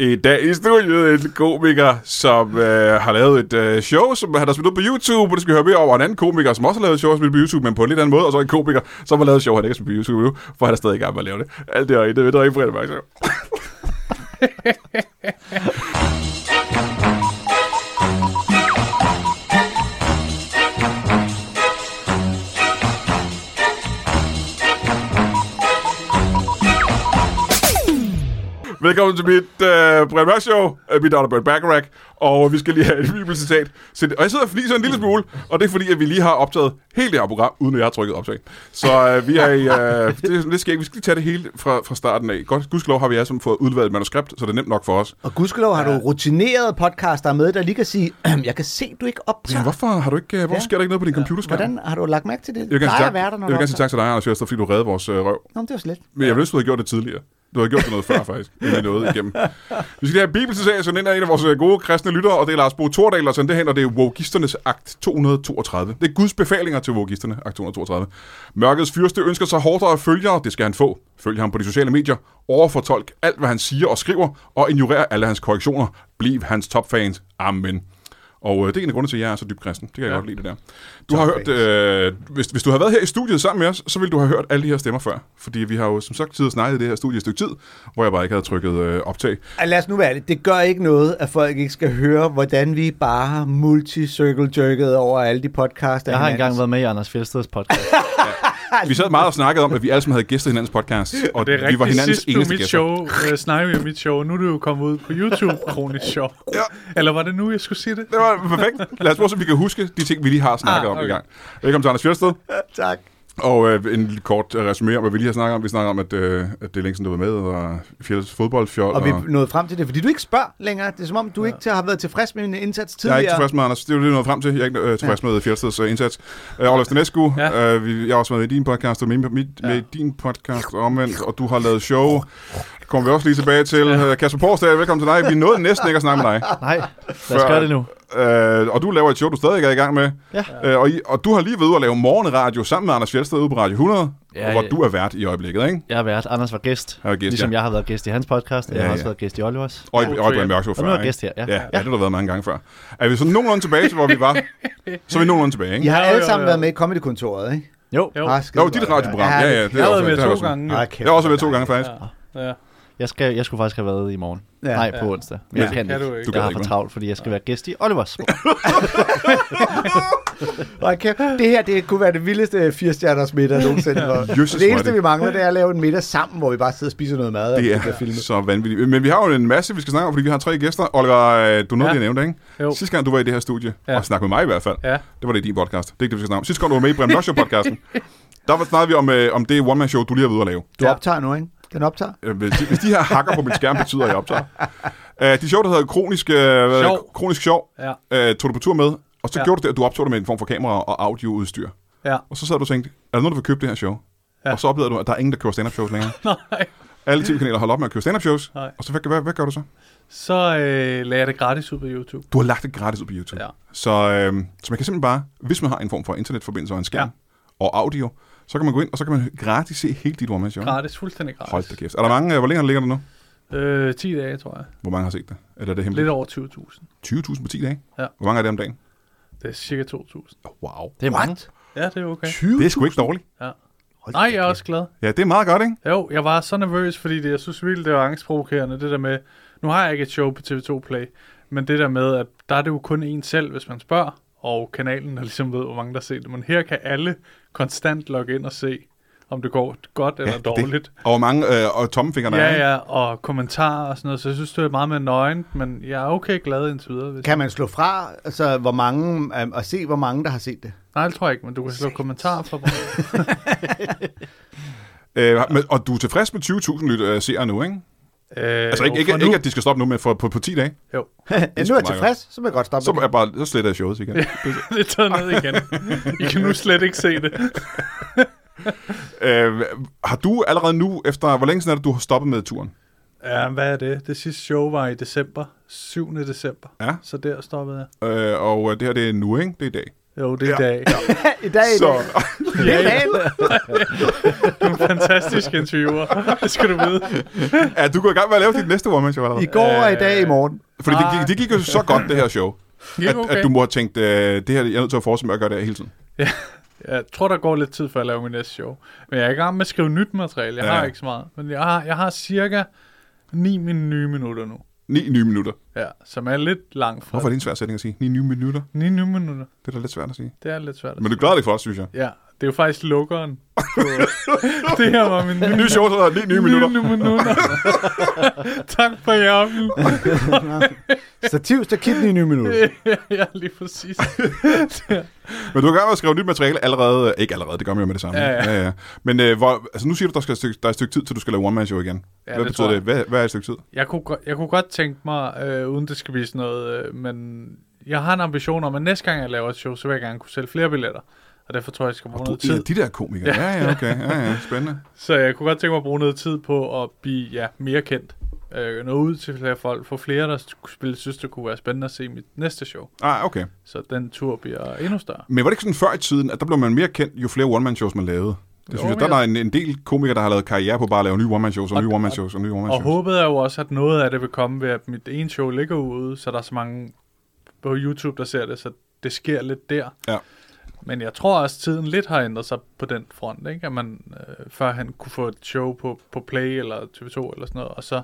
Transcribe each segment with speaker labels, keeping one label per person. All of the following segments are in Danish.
Speaker 1: I dag i studiet en komiker, som øh, har lavet et øh, show, som han har smidt ud på YouTube, og det skal vi høre mere over. Og En anden komiker, som også har lavet et show og smidt på YouTube, men på en lidt anden måde. Og så en komiker, som har lavet et show, han ikke har smidt på YouTube nu, for han er stadig i gang med at lave det. Alt det her i det, der er ikke Fredag Mørk Show. Velkommen til mit øh, Brian Mørk Show. Øh, Mit navn er Brian Bacharach, og vi skal lige have et bibelcitat. Så, og jeg sidder og fliser en lille smule, og det er fordi, at vi lige har optaget hele det her program, uden at jeg har trykket optag. Så øh, vi er i... Øh, det, det skal ikke. Vi skal lige tage det hele fra, fra starten af. Godt, gudskelov har vi altså fået udvalgt et manuskript, så det er nemt nok for os.
Speaker 2: Og gudskelov har du rutinerede podcaster med, der lige kan sige, jeg kan se, du ikke
Speaker 1: Ja,
Speaker 2: optager.
Speaker 1: hvorfor har du ikke... øh, Hvorfor
Speaker 2: Ja.
Speaker 1: sker der ikke noget på din computerskærm?
Speaker 2: Hvordan har du lagt mærke til det?
Speaker 1: Jeg vil gerne sige
Speaker 2: Plejer
Speaker 1: tak,
Speaker 2: at være der, når
Speaker 1: jeg vil
Speaker 2: du
Speaker 1: gerne sige tak til dig, Anders Jørgensen, fordi du reddede vores øh, røv.
Speaker 2: optager. Nå, men det var slet.
Speaker 1: Men jeg ville ønske, du havde gjort det tidligere. Du havde gjort det noget før, faktisk, end vi nåede igennem. Vi skal lige have Bibelcitat, så den er en af vores øh, gode kristne lyttere, og det er Lars Bo Tordal, der sendte det hen, og det er Wogisternes akt 232. Det er Guds befalinger til Wokisterne, akt 232. Mørkets fyrste ønsker sig hårdere følgere, det skal han få. Følg ham på de sociale medier, overfortolk alt, hvad han siger og skriver, og ignorer alle hans korrektioner. Bliv hans topfans. Amen. Og øh, det er en af grunde til, at jeg er så dybt kristen. Det kan jeg ja. godt lide, det der. Du har hørt, øh, hvis, hvis du har været her i studiet sammen med os, så ville du have hørt alle de her stemmer før. Fordi vi har jo som sagt tid snakket i det her studie et stykke tid, hvor jeg bare ikke havde trykket øh, optag.
Speaker 2: Ah, Lad os nu være ærlige. Det gør ikke noget, at folk ikke skal høre, hvordan vi bare har multi-circle-jerket over alle de podcasts.
Speaker 3: Jeg har engang været med i Anders Fjeldsteds podcast.
Speaker 1: Vi sad meget og snakkede om, at vi alle sammen havde gæstet hinandens podcast, og
Speaker 4: Det er
Speaker 1: vi var
Speaker 4: rigtigt,
Speaker 1: hinandens
Speaker 4: sidst du
Speaker 1: eneste
Speaker 4: mit
Speaker 1: gæster.
Speaker 4: show, øh, snakkede vi om mit show, nu er det jo kommet ud på YouTube, Kronisk Show. Ja. Eller var det nu, jeg skulle sige det?
Speaker 1: Det var perfekt. Lad os prøve, så vi kan huske de ting, vi lige har snakket ah,
Speaker 4: Ah,
Speaker 1: okay. om i
Speaker 4: okay.
Speaker 1: gang. Velkommen til Anders Fjørsted.
Speaker 2: Tak.
Speaker 1: Og øh, en lille kort øh, resumé om, hvad vi lige har snakket om. Vi snakker om, at, øh, at det er længe siden, du var med, og Fjells fodboldfjold.
Speaker 2: Og vi nåede frem til det, fordi du ikke spørger længere. Det er som om, du ikke har været tilfreds med min indsats
Speaker 1: Jeg er
Speaker 2: tidligere.
Speaker 1: ikke tilfreds med, Anders. Det er jo det, vi nåede frem til. Jeg er ikke øh, tilfreds med Fjeldsteds øh, indsats. Øh, Olof Stanescu, ja.
Speaker 4: Ja.
Speaker 1: øh, vi- jeg har også været med i din podcast, og med, med, med ja. din podcast og omvendt, og du har lavet show. Det kommer vi også lige tilbage til. Ja. Kasper Porsdag, velkommen til dig. Vi nåede næsten ikke at snakke med dig.
Speaker 3: Nej, lad os gøre det nu.
Speaker 1: Øh, og du laver et show, du stadig er i gang med.
Speaker 3: Ja.
Speaker 1: Øh, og, I, og du har lige været ude at lave morgenradio sammen med Anders Fjeldsted ude på Radio 100, ja,
Speaker 3: Ja,
Speaker 1: hvor
Speaker 3: ja.
Speaker 1: du er vært i øjeblikket, ikke?
Speaker 3: Jeg har været, Anders var gæst,
Speaker 1: Jeg var gæst,
Speaker 3: ligesom
Speaker 1: ja.
Speaker 3: jeg har været gæst i hans podcast,
Speaker 1: Ja,
Speaker 3: og jeg har
Speaker 1: ja.
Speaker 3: også været gæst i Olivers.
Speaker 1: Og i
Speaker 4: Ja.
Speaker 1: Brian Mørk Show før,
Speaker 3: Og nu er jeg
Speaker 1: ikke?
Speaker 3: gæst her, ja.
Speaker 1: Ja, ja, det
Speaker 3: Ja.
Speaker 1: har du været mange gange før. Er vi så nogenlunde tilbage til, hvor vi var? Så er vi nogenlunde tilbage, ikke?
Speaker 2: I har
Speaker 4: Jo,
Speaker 2: alle
Speaker 4: jo,
Speaker 2: sammen
Speaker 4: jo.
Speaker 2: været med i Comedy-kontoret, ikke?
Speaker 3: Jo,
Speaker 4: Jo.
Speaker 2: Ah,
Speaker 1: Jo,
Speaker 2: skide
Speaker 1: dit
Speaker 2: godt.
Speaker 1: radioprogram. Ja, ja, det er
Speaker 4: Jeg
Speaker 1: også-
Speaker 4: har været med
Speaker 1: det har jeg
Speaker 4: to
Speaker 1: også-
Speaker 4: gange.
Speaker 2: Ej,
Speaker 4: jo.
Speaker 2: kæft,
Speaker 1: Jeg har også været
Speaker 2: hvor
Speaker 1: to gange, faktisk.
Speaker 4: Ja.
Speaker 3: jeg, skal, jeg skulle faktisk have været i morgen.
Speaker 2: Ja.
Speaker 3: Nej, på onsdag. Men
Speaker 1: Ja.
Speaker 3: jeg kan,
Speaker 4: Det kan du
Speaker 3: ikke.
Speaker 4: ikke.
Speaker 1: Du
Speaker 3: Jeg
Speaker 1: kan
Speaker 3: har
Speaker 1: ikke,
Speaker 3: for
Speaker 1: vel?
Speaker 3: travlt, fordi jeg skal være gæst i Olivers.
Speaker 2: dejligt. Ej, kæft. Det her det kunne være det vildeste 4-stjerners middag nogensinde.
Speaker 1: Jesus,
Speaker 2: ja.
Speaker 1: hvor er
Speaker 2: Det eneste,
Speaker 1: det-
Speaker 2: vi mangler, det er at lave en middag sammen, hvor vi bare sidder og spiser noget mad. og
Speaker 1: Det
Speaker 2: bliver
Speaker 1: er så vanvittigt. Men vi har jo en masse, vi skal snakke om, fordi vi har tre gæster. Oliver, øh, du nåede
Speaker 4: Ja.
Speaker 1: ja. lige at nævne det, ikke? Jo.
Speaker 4: Jo.
Speaker 1: Sidste gang, du var i det her studie, ja.
Speaker 4: Ja.
Speaker 1: og snakkede med mig i hvert fald, ja.
Speaker 4: Ja.
Speaker 1: det var det i din podcast. Det er ikke det, vi skal snakke om. Sidste gang, du var med i Brian Mørk podcasten der var- snakkede vi om, øh, om det one-man-show, du lige har ved at lave.
Speaker 2: Du
Speaker 4: Ja.
Speaker 2: optager nu, ikke? Den optager.
Speaker 1: Øh, Hvis de, hvis de her hakker på min skærm betyder, at jeg optager. Øh, de show, der hedder Kronisk, øh,
Speaker 4: Sjov.
Speaker 1: kronisk Sjov,
Speaker 4: Ja.
Speaker 1: øh, tog du på tur med, og så ja.
Speaker 4: Ja.
Speaker 1: gjorde du det, at du optog det med en form for kamera og audioudstyr.
Speaker 4: ja.
Speaker 1: Og så sad du og tænkte, er der nogen, der vil købe det her show? Ja.
Speaker 4: Ja.
Speaker 1: Og så oplevede du, at der er ingen, der køber stand-up shows længere.
Speaker 4: Nej.
Speaker 1: Alle tv-kanaler holder op med at købe stand-up shows.
Speaker 4: Nej.
Speaker 1: Og så hvad, hvad, hvad gør du så?
Speaker 4: Så øh, lagde jeg det gratis ud på YouTube.
Speaker 1: Du har lagt det gratis ud på YouTube.
Speaker 4: Ja.
Speaker 1: Så, øh, så man kan simpelthen bare, hvis man har en form for internetforbindelse og en skærm og audio, så kan man gå ind, og så kan man gratis se hele dit one show.
Speaker 4: Gratis, fuldstændig gratis.
Speaker 1: Hold da kæft. Er der mange, øh, hvor længe ligger det nu?
Speaker 4: Øh, 10 dage, tror jeg.
Speaker 1: Hvor mange har set det? Eller er det
Speaker 4: Lidt
Speaker 1: hemmeligt?
Speaker 4: over 20.000.
Speaker 1: 20.000 på 10 dage?
Speaker 4: Ja.
Speaker 1: Hvor mange er det om dagen?
Speaker 4: Det er cirka 2.000.
Speaker 1: Wow.
Speaker 3: Det er mange.
Speaker 4: Ja, det er okay.
Speaker 2: 20.
Speaker 1: Det er sgu ikke dårligt.
Speaker 4: Nej, jeg er også glad.
Speaker 1: Ja, det er meget godt, ikke?
Speaker 4: Jo, jeg var så nervøs, fordi det, jeg synes virkelig, det var angstprovokerende, det der med, nu har jeg ikke et show på TV2 Play, men det der med, at der er det jo kun en selv, hvis man spørger, og kanalen har ligesom ved, hvor mange der ser det, men her kan alle konstant logge ind og se, om det går godt eller
Speaker 1: Ja,
Speaker 4: ja,
Speaker 1: det er
Speaker 4: dårligt.
Speaker 1: Og hvor mange øh, og tommefingre der er, ikke?
Speaker 4: Ja, ja, og kommentarer og sådan noget, så jeg synes, det er meget mere nøgent, men jeg er okay glad indtil videre. Hvis
Speaker 2: Kan man slå fra, altså, hvor mange, øhm, og se, hvor mange, der har set det?
Speaker 4: Nej, det tror jeg ikke, men du kan slå kommentarer fra mig.
Speaker 1: Øh, men, og du er tilfreds med 20.000 lyt, øh, seere nu, ikke?
Speaker 4: øh,
Speaker 1: Altså ikke,
Speaker 4: jo,
Speaker 1: ikke,
Speaker 4: for nu-
Speaker 1: ikke, at de skal stoppe nu, men for, på, på 10 dage.
Speaker 4: Jo,
Speaker 2: Ja,
Speaker 1: sgu
Speaker 2: nu er jeg
Speaker 1: meget
Speaker 2: tilfreds, så vil jeg godt stoppe.
Speaker 1: Så
Speaker 2: med
Speaker 1: er jeg bare, så sletter jeg showet igen.
Speaker 4: det er taget ned igen. I kan nu slet ikke se det.
Speaker 1: Øh, har du allerede nu, efter hvor længe siden er det, du har stoppet med turen?
Speaker 4: Ja, hvad er det? Det sidste show var i december. 7. december.
Speaker 1: Ja.
Speaker 4: Så der stoppede jeg.
Speaker 1: Øh, og øh, det her, det er nu, ikke? Det er i dag.
Speaker 4: Jo, det er
Speaker 1: Ja.
Speaker 4: i dag.
Speaker 2: I dag, i
Speaker 1: Så,
Speaker 2: dag.
Speaker 4: Ja,
Speaker 2: Det
Speaker 4: ja.
Speaker 2: er dagen.
Speaker 4: Du er en fantastisk interviewer. Det skal du vide.
Speaker 1: er du gået i gang med at lave dit næste one-man show
Speaker 2: I
Speaker 1: allerede?
Speaker 2: går og i dag i morgen.
Speaker 1: Fordi det, gik- det gik jo så godt, det her show,
Speaker 4: Ja,
Speaker 1: at,
Speaker 4: okay.
Speaker 1: at du må have tænkt, øh, det her jeg er nødt til at fortsætte med at gøre det her hele tiden.
Speaker 4: Jeg tror, der går lidt tid, før jeg laver min næste show. Men jeg er i gang med at skrive nyt materiale. Jeg
Speaker 1: Ja.
Speaker 4: har ikke så meget. Men jeg har, jeg har cirka 9 min nye minutter nu.
Speaker 1: 9 nye minutter.
Speaker 4: Ja, som er lidt langt fra.
Speaker 1: Hvorfor er det en svær sætning at sige? 9 nye minutter?
Speaker 4: 9 nye minutter.
Speaker 1: Det er da lidt svært at sige.
Speaker 4: Det er lidt svært. at
Speaker 1: Men du glæder dig for os, synes jeg.
Speaker 4: Ja, det er jo faktisk lukkeren. på- det her var min
Speaker 1: Nye show, så er 9 nye minutter.
Speaker 4: Nye minutter. tak for i aften.
Speaker 2: Stativ, stakit i nye minutter.
Speaker 4: ja, lige præcis.
Speaker 1: Men du er i gang med at skrive nyt materiale allerede. øh, Ikke allerede, det gør man jo med det samme.
Speaker 4: Ja, ja.
Speaker 1: ja, ja. Men øh, hvor, altså, nu siger du, der, skal, et stykke- der er et stykke tid, til du skal lave one-man show igen.
Speaker 4: Ja,
Speaker 1: Hvad
Speaker 4: det
Speaker 1: betyder
Speaker 4: tror
Speaker 1: det?
Speaker 4: jeg.
Speaker 1: Hvad, hvad er et stykke tid?
Speaker 4: Jeg kunne, go- jeg kunne godt tænke mig, øh, uden det skal blive sådan noget, øh, men jeg har en ambition om, at næste gang jeg laver et show, så vil jeg gerne kunne sælge flere billetter. Og derfor tror jeg, jeg skal bruge
Speaker 1: Og du
Speaker 4: noget
Speaker 1: er en
Speaker 4: tid.
Speaker 1: af de der komikere. Ja, ja, okay. Ja, ja, spændende.
Speaker 4: Så jeg kunne godt tænke mig at bruge noget tid på at blive ja, mere kendt. Øh, nå ud til flere folk. Få flere, der skulle spille, synes, det kunne være spændende at se mit næste show.
Speaker 1: Ah, okay.
Speaker 4: Så den tur bliver endnu større.
Speaker 1: Men var det ikke sådan før i tiden, at der blev man mere kendt, jo flere one-man-shows man lavede? Det
Speaker 4: Jo,
Speaker 1: synes jeg,
Speaker 4: men
Speaker 1: der er
Speaker 4: jeg-
Speaker 1: en, en del komikere, der har lavet karriere på bare at lave nye one-man-shows og
Speaker 4: Og-
Speaker 1: nye one-man-shows og nye
Speaker 4: Og
Speaker 1: one-man-shows.
Speaker 4: håbet er jo også, at noget af det vil komme ved, at mit ene show ligger ude, så der er så mange på YouTube, der ser det, så det sker lidt der.
Speaker 1: Ja.
Speaker 4: Men jeg tror også, at tiden lidt har ændret sig på den front, ikke? at man øh, førhen kunne få et show på, på Play eller TV2 eller sådan noget, og så,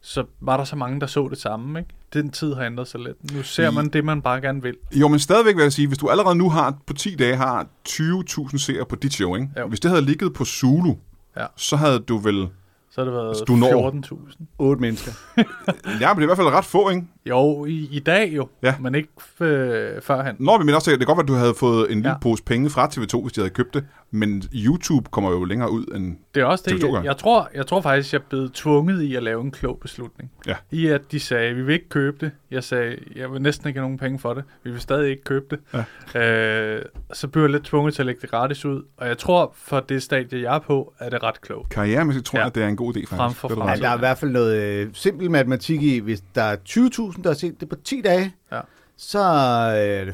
Speaker 4: så var der så mange, der så det samme. Ikke? Den tid har ændret sig lidt. Nu ser
Speaker 1: I-
Speaker 4: man det, man bare gerne vil.
Speaker 1: Jo, men stadigvæk vil jeg sige, hvis du allerede nu har på 10 dage har 20.000 seere på dit show, ikke?
Speaker 4: Jo.
Speaker 1: hvis det havde ligget på Zulu,
Speaker 4: Ja.
Speaker 1: så havde du vel...
Speaker 4: Så har det
Speaker 1: Altså, du når-
Speaker 4: været 14.000.
Speaker 2: Otte mennesker.
Speaker 1: Ja, men det er i hvert fald ret få, ikke?
Speaker 4: Jo, i, i dag jo,
Speaker 1: Ja.
Speaker 4: men ikke øh, førhen.
Speaker 1: Nå, men også, det kan godt være, at du havde fået en lille
Speaker 4: Ja.
Speaker 1: pose penge fra TV2, hvis de havde købt det. Men YouTube kommer jo længere ud end...
Speaker 4: Det er også det.
Speaker 1: TV2 gang.
Speaker 4: Jeg, jeg, tror, jeg tror faktisk, jeg blev tvunget i at lave en klog beslutning.
Speaker 1: Ja.
Speaker 4: I at de sagde, vi vil ikke købe det. Jeg sagde, jeg vil næsten ikke have nogen penge for det. Vi vil stadig ikke købe det. Ja. Øh, så blev jeg lidt tvunget til at lægge det gratis ud. Og jeg tror, for det stadie, jeg er på, er det ret klogt.
Speaker 1: Karrieremæssigt tror jeg,
Speaker 4: Ja.
Speaker 1: at det er en god idé, faktisk.
Speaker 4: Frem for
Speaker 1: det er du
Speaker 2: Ja,
Speaker 1: ret i.
Speaker 4: fremtid.
Speaker 2: der er i hvert fald noget øh, simpel matematik i. Hvis der er 20.000, der har set det på 10 dage,
Speaker 4: Ja.
Speaker 2: så øh, er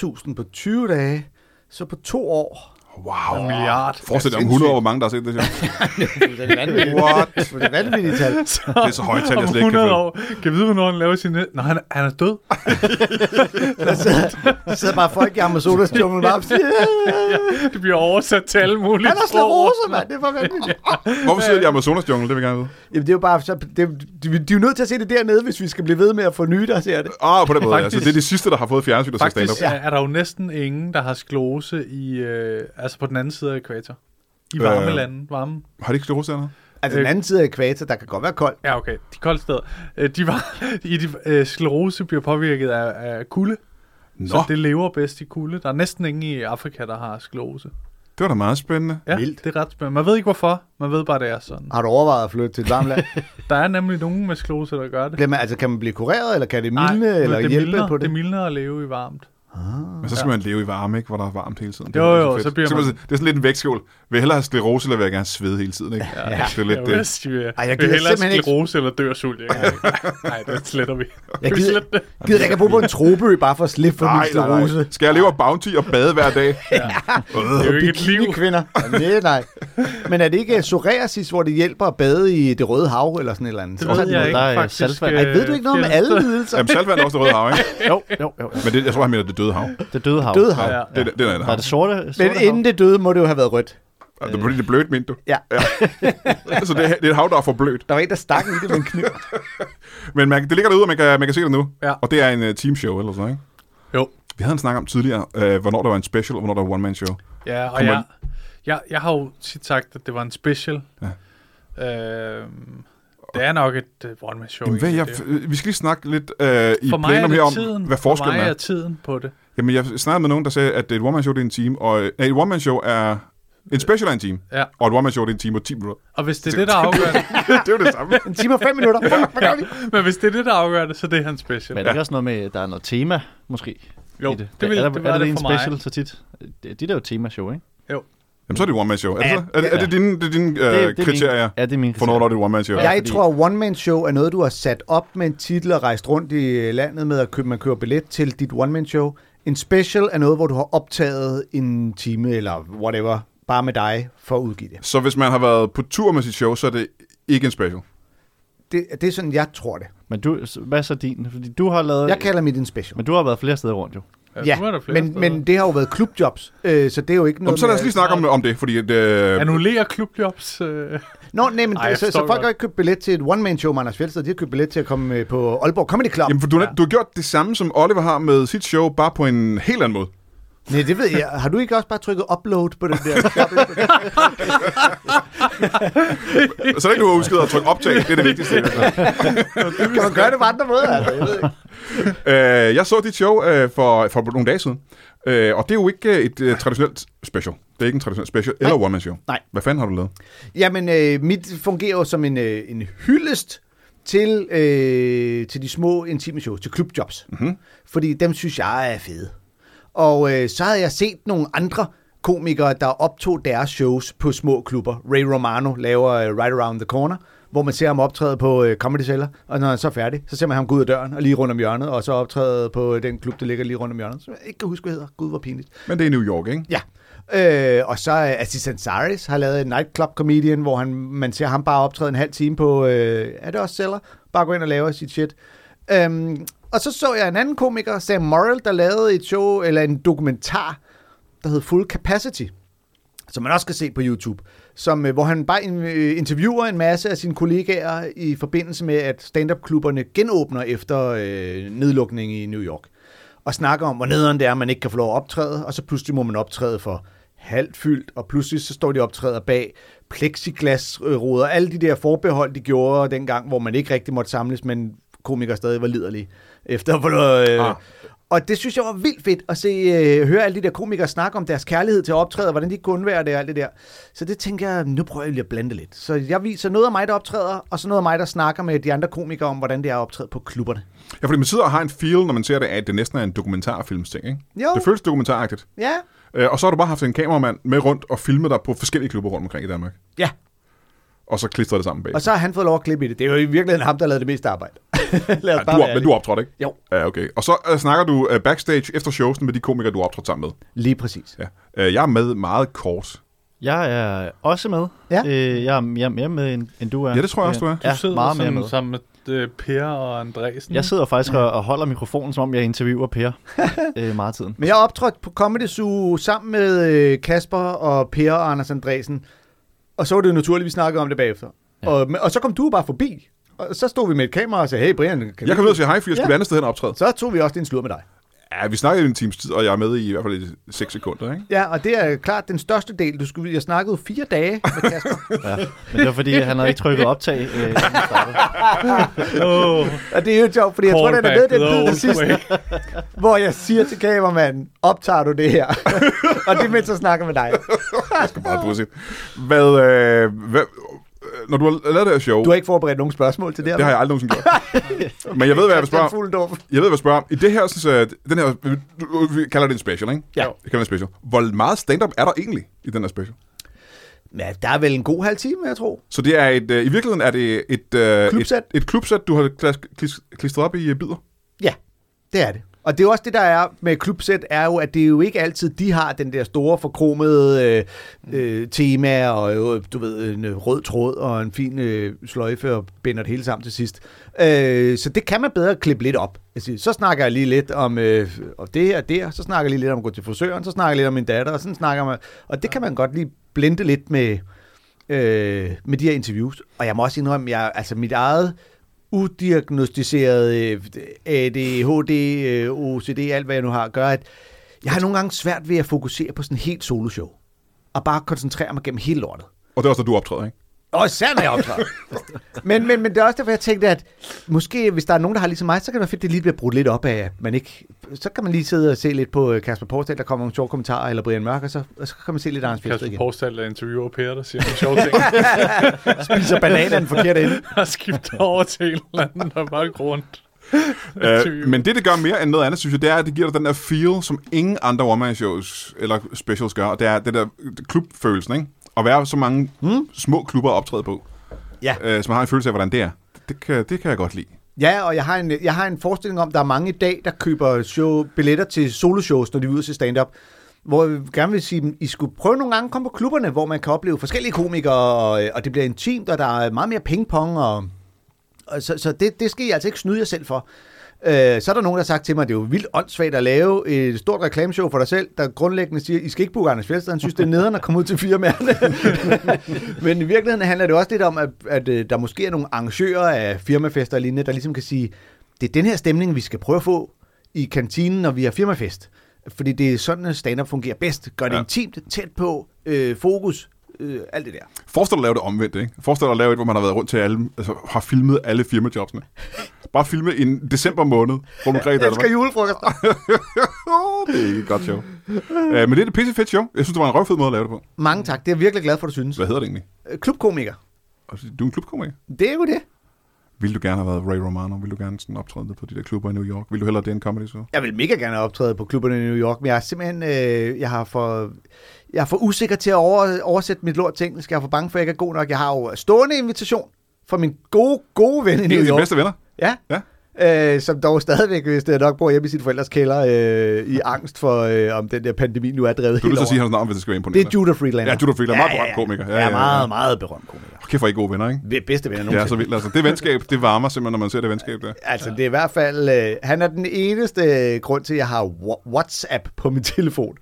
Speaker 2: det 40.000 på 20 dage, så på to år.
Speaker 4: Oh, en
Speaker 1: Wow.
Speaker 4: milliard.
Speaker 1: Forestil dig om 100 år, hvor mange der har set det show.
Speaker 2: Det er et vanvittigt-
Speaker 1: What?
Speaker 2: Altså, det er et vanvittigt tal.
Speaker 1: Det er så højt tal, jeg
Speaker 4: om
Speaker 1: slet ikke kan
Speaker 4: 100
Speaker 1: følge.
Speaker 4: år. Kan vi vide, hvornår han laver sin... næ- Nå, han, han er død.
Speaker 2: Der sidder, der sidder bare folk i Amazonas jungle bare og siger, "Yeah,
Speaker 4: Det bliver oversat til alle mulige
Speaker 2: han har slået roser, mand. Det er for vanvittigt. Ah.
Speaker 1: Hvorfor sidder de i Amazonas jungle? Det vil jeg gerne vide.
Speaker 2: Jamen, det er jo bare, så, det, de, de er jo nødt til at se det dernede, hvis vi skal blive ved med at få nye, der ser det.
Speaker 1: Ah, på den måde. Altså,
Speaker 4: Faktisk-
Speaker 1: det er de sidste, der har fået fjernsyn, der skal stand
Speaker 4: Faktisk
Speaker 1: up.
Speaker 4: er, er der jo næsten ingen, der har sklose i, øh, altså på den anden side af ekvator. I
Speaker 1: Øh.
Speaker 4: varme øh. lande. Varme
Speaker 1: Har de ikke slet russerne?
Speaker 2: Altså,
Speaker 4: Øh.
Speaker 2: den anden side af ekvator, der kan godt være koldt.
Speaker 4: Ja, okay. De kolde steder. Øh, De var, i de, øh, sklerose bliver påvirket af, af kulde, Nå.
Speaker 1: Nå,
Speaker 4: så det lever bedst i kulde. Der er næsten ingen i Afrika, der har sklerose.
Speaker 1: det var da meget spændende.
Speaker 4: Ja,
Speaker 2: Vildt.
Speaker 4: det er ret spændende. Man ved ikke hvorfor, man ved bare, det er sådan.
Speaker 2: Har du overvejet at flytte til et varmt land?
Speaker 4: Der er nemlig nogen med sklerose, der gør det.
Speaker 2: Bliver man, altså, kan man blive kureret, eller kan det
Speaker 4: Nej,
Speaker 2: mildne,
Speaker 4: men
Speaker 2: eller
Speaker 4: det er
Speaker 2: hjælpe
Speaker 4: mildere,
Speaker 2: på det?
Speaker 4: Det er mildere at leve i varmt.
Speaker 1: Men så skal man leve i varme, ikke? Hvor der er varmt hele tiden. Det
Speaker 4: Jo,
Speaker 1: er
Speaker 4: jo,
Speaker 1: fedt.
Speaker 4: så bliver
Speaker 1: man...
Speaker 4: man-
Speaker 1: Det er sådan lidt en vægtskål. Vil jeg hellere have sklerose, eller vil jeg gerne svede hele tiden, ikke? Ja, det er lidt
Speaker 4: jeg
Speaker 1: det.
Speaker 4: vidste, vi
Speaker 2: Ej,
Speaker 4: Ej,
Speaker 2: jeg
Speaker 4: jeg
Speaker 2: gider
Speaker 4: vil hellere
Speaker 2: simpelthen ikke-
Speaker 4: sklerose eller dør sult. Jeg kan ikke. Nej, det sletter vi.
Speaker 2: Jeg
Speaker 4: Kan vi
Speaker 2: gider,
Speaker 4: slette det?
Speaker 2: gider ikke at bo på en tropeø, bare for at slippe for min
Speaker 1: Nej, nej,
Speaker 2: sklerose.
Speaker 1: nej. Skal jeg leve af bounty og bade hver dag? Øh.
Speaker 4: Det er jo ikke et liv.
Speaker 2: kvinder. Nej, nej. Men er det ikke øh, psoriasis, hvor det hjælper at bade i det røde hav, eller sådan et eller andet?
Speaker 4: Det
Speaker 2: Sådan
Speaker 4: ved jeg
Speaker 2: noget.
Speaker 4: ikke,
Speaker 3: Der er
Speaker 4: faktisk.
Speaker 3: saltvand.
Speaker 2: Ej, ved du ikke noget om
Speaker 4: øh,
Speaker 2: alle lidelser?
Speaker 1: Jamen, saltvand er også det røde hav, ikke?
Speaker 3: Jo, jo, jo. jo.
Speaker 1: Men det, jeg tror, han mener det døde hav.
Speaker 3: Det døde hav.
Speaker 2: Døde hav.
Speaker 4: Ja.
Speaker 1: Det, det, det er det
Speaker 3: Var
Speaker 1: hav.
Speaker 3: det sorte, sorte
Speaker 2: Men inden det døde, må det jo have været rødt.
Speaker 1: Og Det er fordi, det er blødt, mente du?
Speaker 2: Ja.
Speaker 1: Så det, er- det er et hav, der er for blødt.
Speaker 2: Der var en, der stak i det med en kniv.
Speaker 1: Men man, det ligger derude, og man kan, man kan se det nu.
Speaker 4: Ja.
Speaker 1: Og det er en uh, teamshow eller sådan noget, ikke?
Speaker 4: Jo.
Speaker 1: Vi havde en snak om tidligere, øh, hvornår der var en special, og hvornår der var one-man-show.
Speaker 4: Ja, og
Speaker 1: Kunne man-
Speaker 4: jeg, jeg, jeg har jo tit sagt, at det var en special. Ja. Øhm, det er nok et uh, one-man-show.
Speaker 1: Jamen, hvad, jeg,
Speaker 4: egentlig, det.
Speaker 1: øh, vi skal lige snakke lidt øh, i
Speaker 4: for mig er
Speaker 1: plenum
Speaker 4: det
Speaker 1: her om,
Speaker 4: tiden,
Speaker 1: hvad forskellen
Speaker 4: for mig er.
Speaker 1: er.
Speaker 4: tiden på det.
Speaker 1: Jamen, jeg snakkede med nogen, der sagde, at et one-man-show, det er en time, og øh, nej, et one-man-show er... En special er en time,
Speaker 4: Ja.
Speaker 1: og et one-man-show, det er en time og 10 minutter.
Speaker 4: Og hvis det er det, der afgør det,
Speaker 1: det er jo det samme.
Speaker 2: En time og fem minutter. Fuck, hvad gør vi?
Speaker 4: men hvis det er det, der afgør det, så det er hans special.
Speaker 3: Men er der ikke også noget med, at der er noget tema, måske?
Speaker 4: jo,
Speaker 3: i
Speaker 4: det,
Speaker 3: Er-
Speaker 4: det, vil,
Speaker 3: er, der,
Speaker 4: det
Speaker 3: er
Speaker 4: var
Speaker 3: der
Speaker 4: det,
Speaker 3: en
Speaker 4: for
Speaker 3: special
Speaker 4: mig.
Speaker 3: så tit? Det, det er jo et temashow, ikke?
Speaker 1: Jamen, så er det et one-man-show. Er, det, så? er, det, er det dine, det er dine øh,
Speaker 3: det er min-
Speaker 1: kriterier
Speaker 3: Ja, det er mine
Speaker 1: for, hvornår der er det et one-man-show?
Speaker 3: Ja.
Speaker 2: Jeg
Speaker 3: fordi-
Speaker 2: tror, one-man-show er noget, du har sat op med en titel og rejst rundt i landet med at købe, man køber billet til dit one-man-show. En special er noget, hvor du har optaget en time eller whatever, bare med dig, for at udgive det.
Speaker 1: Så hvis man har været på tur med sit show, så er det ikke en special.
Speaker 2: Det, det er sådan, jeg tror det.
Speaker 3: Men du, s- hvad er så din? Fordi du har lavet...
Speaker 2: Jeg kalder mit en special.
Speaker 3: Men du har været flere steder rundt, jo.
Speaker 2: Ja,
Speaker 4: nu er der flere
Speaker 2: men,
Speaker 4: steder.
Speaker 2: men det har jo været klubjobs, øh, så det er jo ikke noget...
Speaker 1: Nå, så lad os
Speaker 2: med-
Speaker 1: lige snakke om, om det, fordi... øh, Det,
Speaker 4: Annullerer klubjobs. Øh.
Speaker 2: Nå, nej, men
Speaker 4: Ej, jeg
Speaker 2: Ej, så, så
Speaker 4: forstår
Speaker 2: folk
Speaker 4: godt.
Speaker 2: har ikke købt billet til et one-man-show med Anders Fjeldsted, de har købt billet til at komme øh, på Aalborg Comedy Club.
Speaker 1: jamen, for du, har, du har gjort det samme, som Oliver har med sit show, bare på en helt anden måde.
Speaker 2: Nej, det ved jeg. Har du ikke også bare trykket upload på den der?
Speaker 1: Så længe du har husket at trykke optag, det er det vigtigste.
Speaker 2: kan man gøre det på andre måder? Altså, jeg ved ikke.
Speaker 1: øh, jeg så dit show øh, for, for nogle dage siden, øh, og det er jo ikke øh, et øh, traditionelt special. Det er ikke en traditionel special eller one-man-show.
Speaker 2: Nej.
Speaker 1: Hvad fanden har du lavet?
Speaker 2: Jamen, øh, mit fungerer jo som en, øh, en hyldest til, øh, til de små intime shows, til klubjobs. Mm-hmm. Fordi dem synes jeg er fede. Og øh, så havde jeg set nogle andre komikere, der optog deres shows på små klubber. Ray Romano laver øh, Right Around the Corner, hvor man ser ham optræde på øh, Comedy Cellar, og når han så er færdig, så ser man ham gå ud af døren og lige rundt om hjørnet, og så optræde på øh, den klub, der ligger lige rundt om hjørnet, som jeg ikke kan huske, hvad hedder. Gud, hvor pinligt.
Speaker 1: Men det er i New York, ikke?
Speaker 2: Ja. Øh, og så øh, Aziz Ansari's har lavet en nightclub comedian, hvor han, man ser ham bare optræde en halv time på, øh, er det også celler? Bare gå ind og lave sit shit. Øhm, og så så jeg en anden komiker, Sam Morrill, der lavede et show, eller en dokumentar, der hed Full Capacity, som man også kan se på YouTube, som, øh, hvor han bare in- øh, interviewer en masse af sine kollegaer i forbindelse med, at stand-up-klubberne genåbner efter øh, nedlukning i New York. Og snakker om, hvor nederen det er, at man ikke kan få lov at optræde, og så pludselig må man optræde for halvt fyldt, og pludselig så står de og optræder bag plexiglasruder, alle de der forbehold, de gjorde dengang, hvor man ikke rigtig måtte samles, men komikere stadig var liderlige efter at få noget... Øh,
Speaker 1: Ah.
Speaker 2: ah. Og det synes jeg var vildt fedt at se, øh, høre alle de der komikere snakke om deres kærlighed til at optræde, og hvordan de kunne undvære det og alt det der. Så det tænker jeg, nu prøver jeg lige at blande det lidt. Så jeg viser noget af mig, der optræder, og så noget af mig, der snakker med de andre komikere om, hvordan det er at optræde på klubberne.
Speaker 1: Ja, fordi man sidder og har en feel, når man ser det, at det næsten er en dokumentarfilmsting, ikke?
Speaker 2: Jo.
Speaker 1: Det føles dokumentaragtigt.
Speaker 2: Ja,
Speaker 1: Øh, og så har du bare haft en kameramand med rundt og filmet dig på forskellige klubber rundt omkring i Danmark.
Speaker 2: ja.
Speaker 1: Og så klistret det sammen bag.
Speaker 2: Og så har han fået lov at klippe i det. Det er jo i virkeligheden ham, der lavede det meste arbejde. Lad os
Speaker 1: ja, du,
Speaker 2: være
Speaker 1: op, men du
Speaker 2: ærlige.
Speaker 1: optrådte ikke?
Speaker 2: Jo,
Speaker 1: Ja, okay. Og så uh, snakker du uh, backstage efter showsen med de komikere, du optrådte sammen med.
Speaker 2: lige præcis.
Speaker 1: Ja. Uh, jeg er med meget kort.
Speaker 3: Jeg er også med.
Speaker 2: Ja.
Speaker 3: Øh, jeg, er, jeg er mere med, end, end du er.
Speaker 1: Ja, det tror jeg også, du er.
Speaker 4: Du
Speaker 3: ja,
Speaker 4: sidder
Speaker 3: meget mere
Speaker 4: sådan,
Speaker 3: med.
Speaker 4: sammen med øh, Per og Andresen.
Speaker 3: Jeg sidder faktisk og, og holder mikrofonen, som om jeg interviewer Per øh, meget af tiden.
Speaker 2: Men jeg optrådte på Comedy Zoo sammen med øh, Kasper og Per og Anders Andresen. Og så var det jo naturligt, vi snakkede om det bagefter. Ja.
Speaker 3: Ja.
Speaker 2: Og, men- og så kom du bare forbi. Og så stod vi med et kamera og sagde, hey Brian,
Speaker 1: Jeg
Speaker 2: kan du-
Speaker 1: kom ned og sige hej, fordi jeg skulle
Speaker 2: Ja.
Speaker 1: et andet sted hen og optræde.
Speaker 2: Så tog vi også en slur med dig.
Speaker 1: Ja, vi snakkede i en times tid, og jeg er med i i hvert fald i 6 sekunder, ikke?
Speaker 2: Ja, og det er klart den største del. Du skulle, jeg snakkede jo fire dage med Kasper.
Speaker 3: Ja. Men det var fordi, han havde ikke trykket optag. Øh, inden vi startede.
Speaker 4: Oh,
Speaker 2: og det er jo et job, fordi jeg tror, den er med den bid, der sidste, hvor jeg siger til kameramanden, optager du det her? og det er mens jeg snakker med dig.
Speaker 1: Det er meget pudsigt. Hvad, uh, hvad, øh, når du har lavet det her show,
Speaker 2: Du har ikke forberedt nogen spørgsmål til det her?
Speaker 1: det har jeg aldrig nogensinde gjort. Men jeg ved, hvad jeg vil spørge om.
Speaker 2: spørge.
Speaker 1: Jeg ved, hvad jeg spørger om. I det her, synes jeg, den her, du- vi kalder det en special, ikke?
Speaker 2: Ja.
Speaker 1: Det kalder det en special. Hvor meget stand-up er der egentlig i den her special?
Speaker 2: Ja, der er vel en god halv time, jeg tror.
Speaker 1: Så det er et, øh, i virkeligheden er det et, øh,
Speaker 2: Klubsæt.
Speaker 1: et, et klubsæt, du har klas- klis- klistret op i øh, bidder.
Speaker 2: Ja, det er det. Og det er jo også det, der er med klubsæt, er jo, at det er jo ikke altid, de har den der store, forkromede øh, øh, tema, og jo, du ved, en øh, rød tråd og en fin øh, sløjfe, og binder det hele sammen til sidst. Øh, så det kan man bedre klippe lidt op. Altså, så snakker jeg lige lidt om, øh, om det her og der, så snakker jeg lige lidt om at gå til frisøren, så snakker jeg lidt om min datter, og sådan snakker man. Og det kan man godt lige blende lidt med, øh, med de her interviews. Og jeg må også indrømme, jeg, altså mit eget udiagnostiserede øh, ADHD, øh, OCD, alt hvad jeg nu har, gør, at jeg har nogle gange svært ved at fokusere på sådan en helt soloshow. Og bare koncentrere mig gennem hele lortet.
Speaker 1: Og det er også, når du optræder, ikke?
Speaker 2: Og især når jeg optræder. men, men, men det er også derfor, jeg tænkte, at måske hvis der er nogen, der har ligesom mig, så kan det være fedt, at det lige bliver brudt lidt op af, at man ikke... Så kan man lige sidde og se lidt på øh, Kasper Porsdal, der kommer nogle sjove kommentarer, eller Brian Mørk, og så, og så kan man se lidt af Anders Fjeldsted
Speaker 4: Kasper
Speaker 2: igen.
Speaker 4: Porsdal er interviewer Per, der siger nogle sjove ting.
Speaker 2: Spiser bananen forkert ende.
Speaker 4: Og skifter over til en eller anden, der bare går rundt.
Speaker 1: Øh, men det, det gør mere end noget andet, synes jeg, det er, at det giver dig den der feel, som ingen andre one-man-shows eller specials gør. Og det er det der klubfølelsen, ikke? At være så mange mm. små klubber at optræde på,
Speaker 2: Ja.
Speaker 1: øh, som har en følelse af, hvordan det er. Det kan, det kan jeg godt lide.
Speaker 2: Ja, og jeg har, en, jeg har en forestilling om, at der er mange i dag, der køber show, billetter til soloshows, når de er ude til stand-up. Hvor jeg gerne vil sige, at I skulle prøve nogle gange at komme på klubberne, hvor man kan opleve forskellige komikere, og, og det bliver intimt, og der er meget mere pingpong. Og, og så så det, det skal I altså ikke snyde jer selv for. Øh, så er der nogen, der har sagt til mig, at det er jo vildt åndssvagt at lave et stort reklameshow for dig selv, der grundlæggende siger, I skal ikke booke Anders Fjellsted, han synes, det er nederen at komme ud til firmaerne. Men i virkeligheden handler det også lidt om, at, at øh, der måske er nogle arrangører af firmafester og lignende, der ligesom kan sige, det er den her stemning, vi skal prøve at få i kantinen, når vi har firmafest. Fordi det er sådan, at stand-up fungerer bedst. Gør det
Speaker 1: Ja.
Speaker 2: ja. intimt, tæt på, øh, fokus, øh, alt det der.
Speaker 1: Forestil dig at lave det omvendt, ikke? Forestil dig at lave et, hvor man har været rundt til alle, altså har filmet alle firmajobsene. Bare filme en december måned rundt omkring i
Speaker 2: Jeg elsker
Speaker 1: Danmark.
Speaker 2: julefrokost.
Speaker 1: Det er ikke et godt show. uh, men det er et pisse fedt show. Jeg synes, det var en røvfed måde at lave det på.
Speaker 2: Mange tak, det er jeg virkelig glad for, du synes.
Speaker 1: Hvad hedder det egentlig?
Speaker 2: Øh, Klubkomiker,
Speaker 1: Altså, Du er en klubkomiker.
Speaker 2: det er jo det.
Speaker 1: Vil du gerne have været Ray Romano? Vil du gerne sådan optræde på de der klubber i New York? Vil du hellere det end comedy show?
Speaker 2: Jeg vil mega gerne optræde på klubberne i New York, men jeg er simpelthen øh, jeg har for, jeg er for usikker til at over, oversætte mit lort til engelsk. Jeg er for bange for, at jeg ikke er god nok. Jeg har jo stående invitation fra min gode, gode ven i
Speaker 1: En af
Speaker 2: New
Speaker 1: de
Speaker 2: York.
Speaker 1: bedste venner.
Speaker 2: Ja. ja. Øh, som dog stadigvæk, hvis det er nok, bor hjemme i sine forældres kælder øh, i angst for, øh, om den der pandemi nu er drevet
Speaker 1: Du er nødt til
Speaker 2: helt over.
Speaker 1: at sige hans navn, hvis det skal være
Speaker 2: det er
Speaker 1: imponerende.
Speaker 2: Judah Friedlander.
Speaker 1: Ja, Judah Friedlander. Meget berømt komiker.
Speaker 2: Ja, ja, ja. meget, meget berømt komiker.
Speaker 1: Kæft, hvor er I gode venner, ikke?
Speaker 2: Det er bedste venner
Speaker 1: Det er
Speaker 2: nogensinde.
Speaker 1: så vildt, altså. Det venskab, det varmer simpelthen, når man ser det venskab der.
Speaker 2: Altså, det er i hvert fald... Øh, han er den eneste øh, grund til, at jeg har Wha- WhatsApp på min telefon.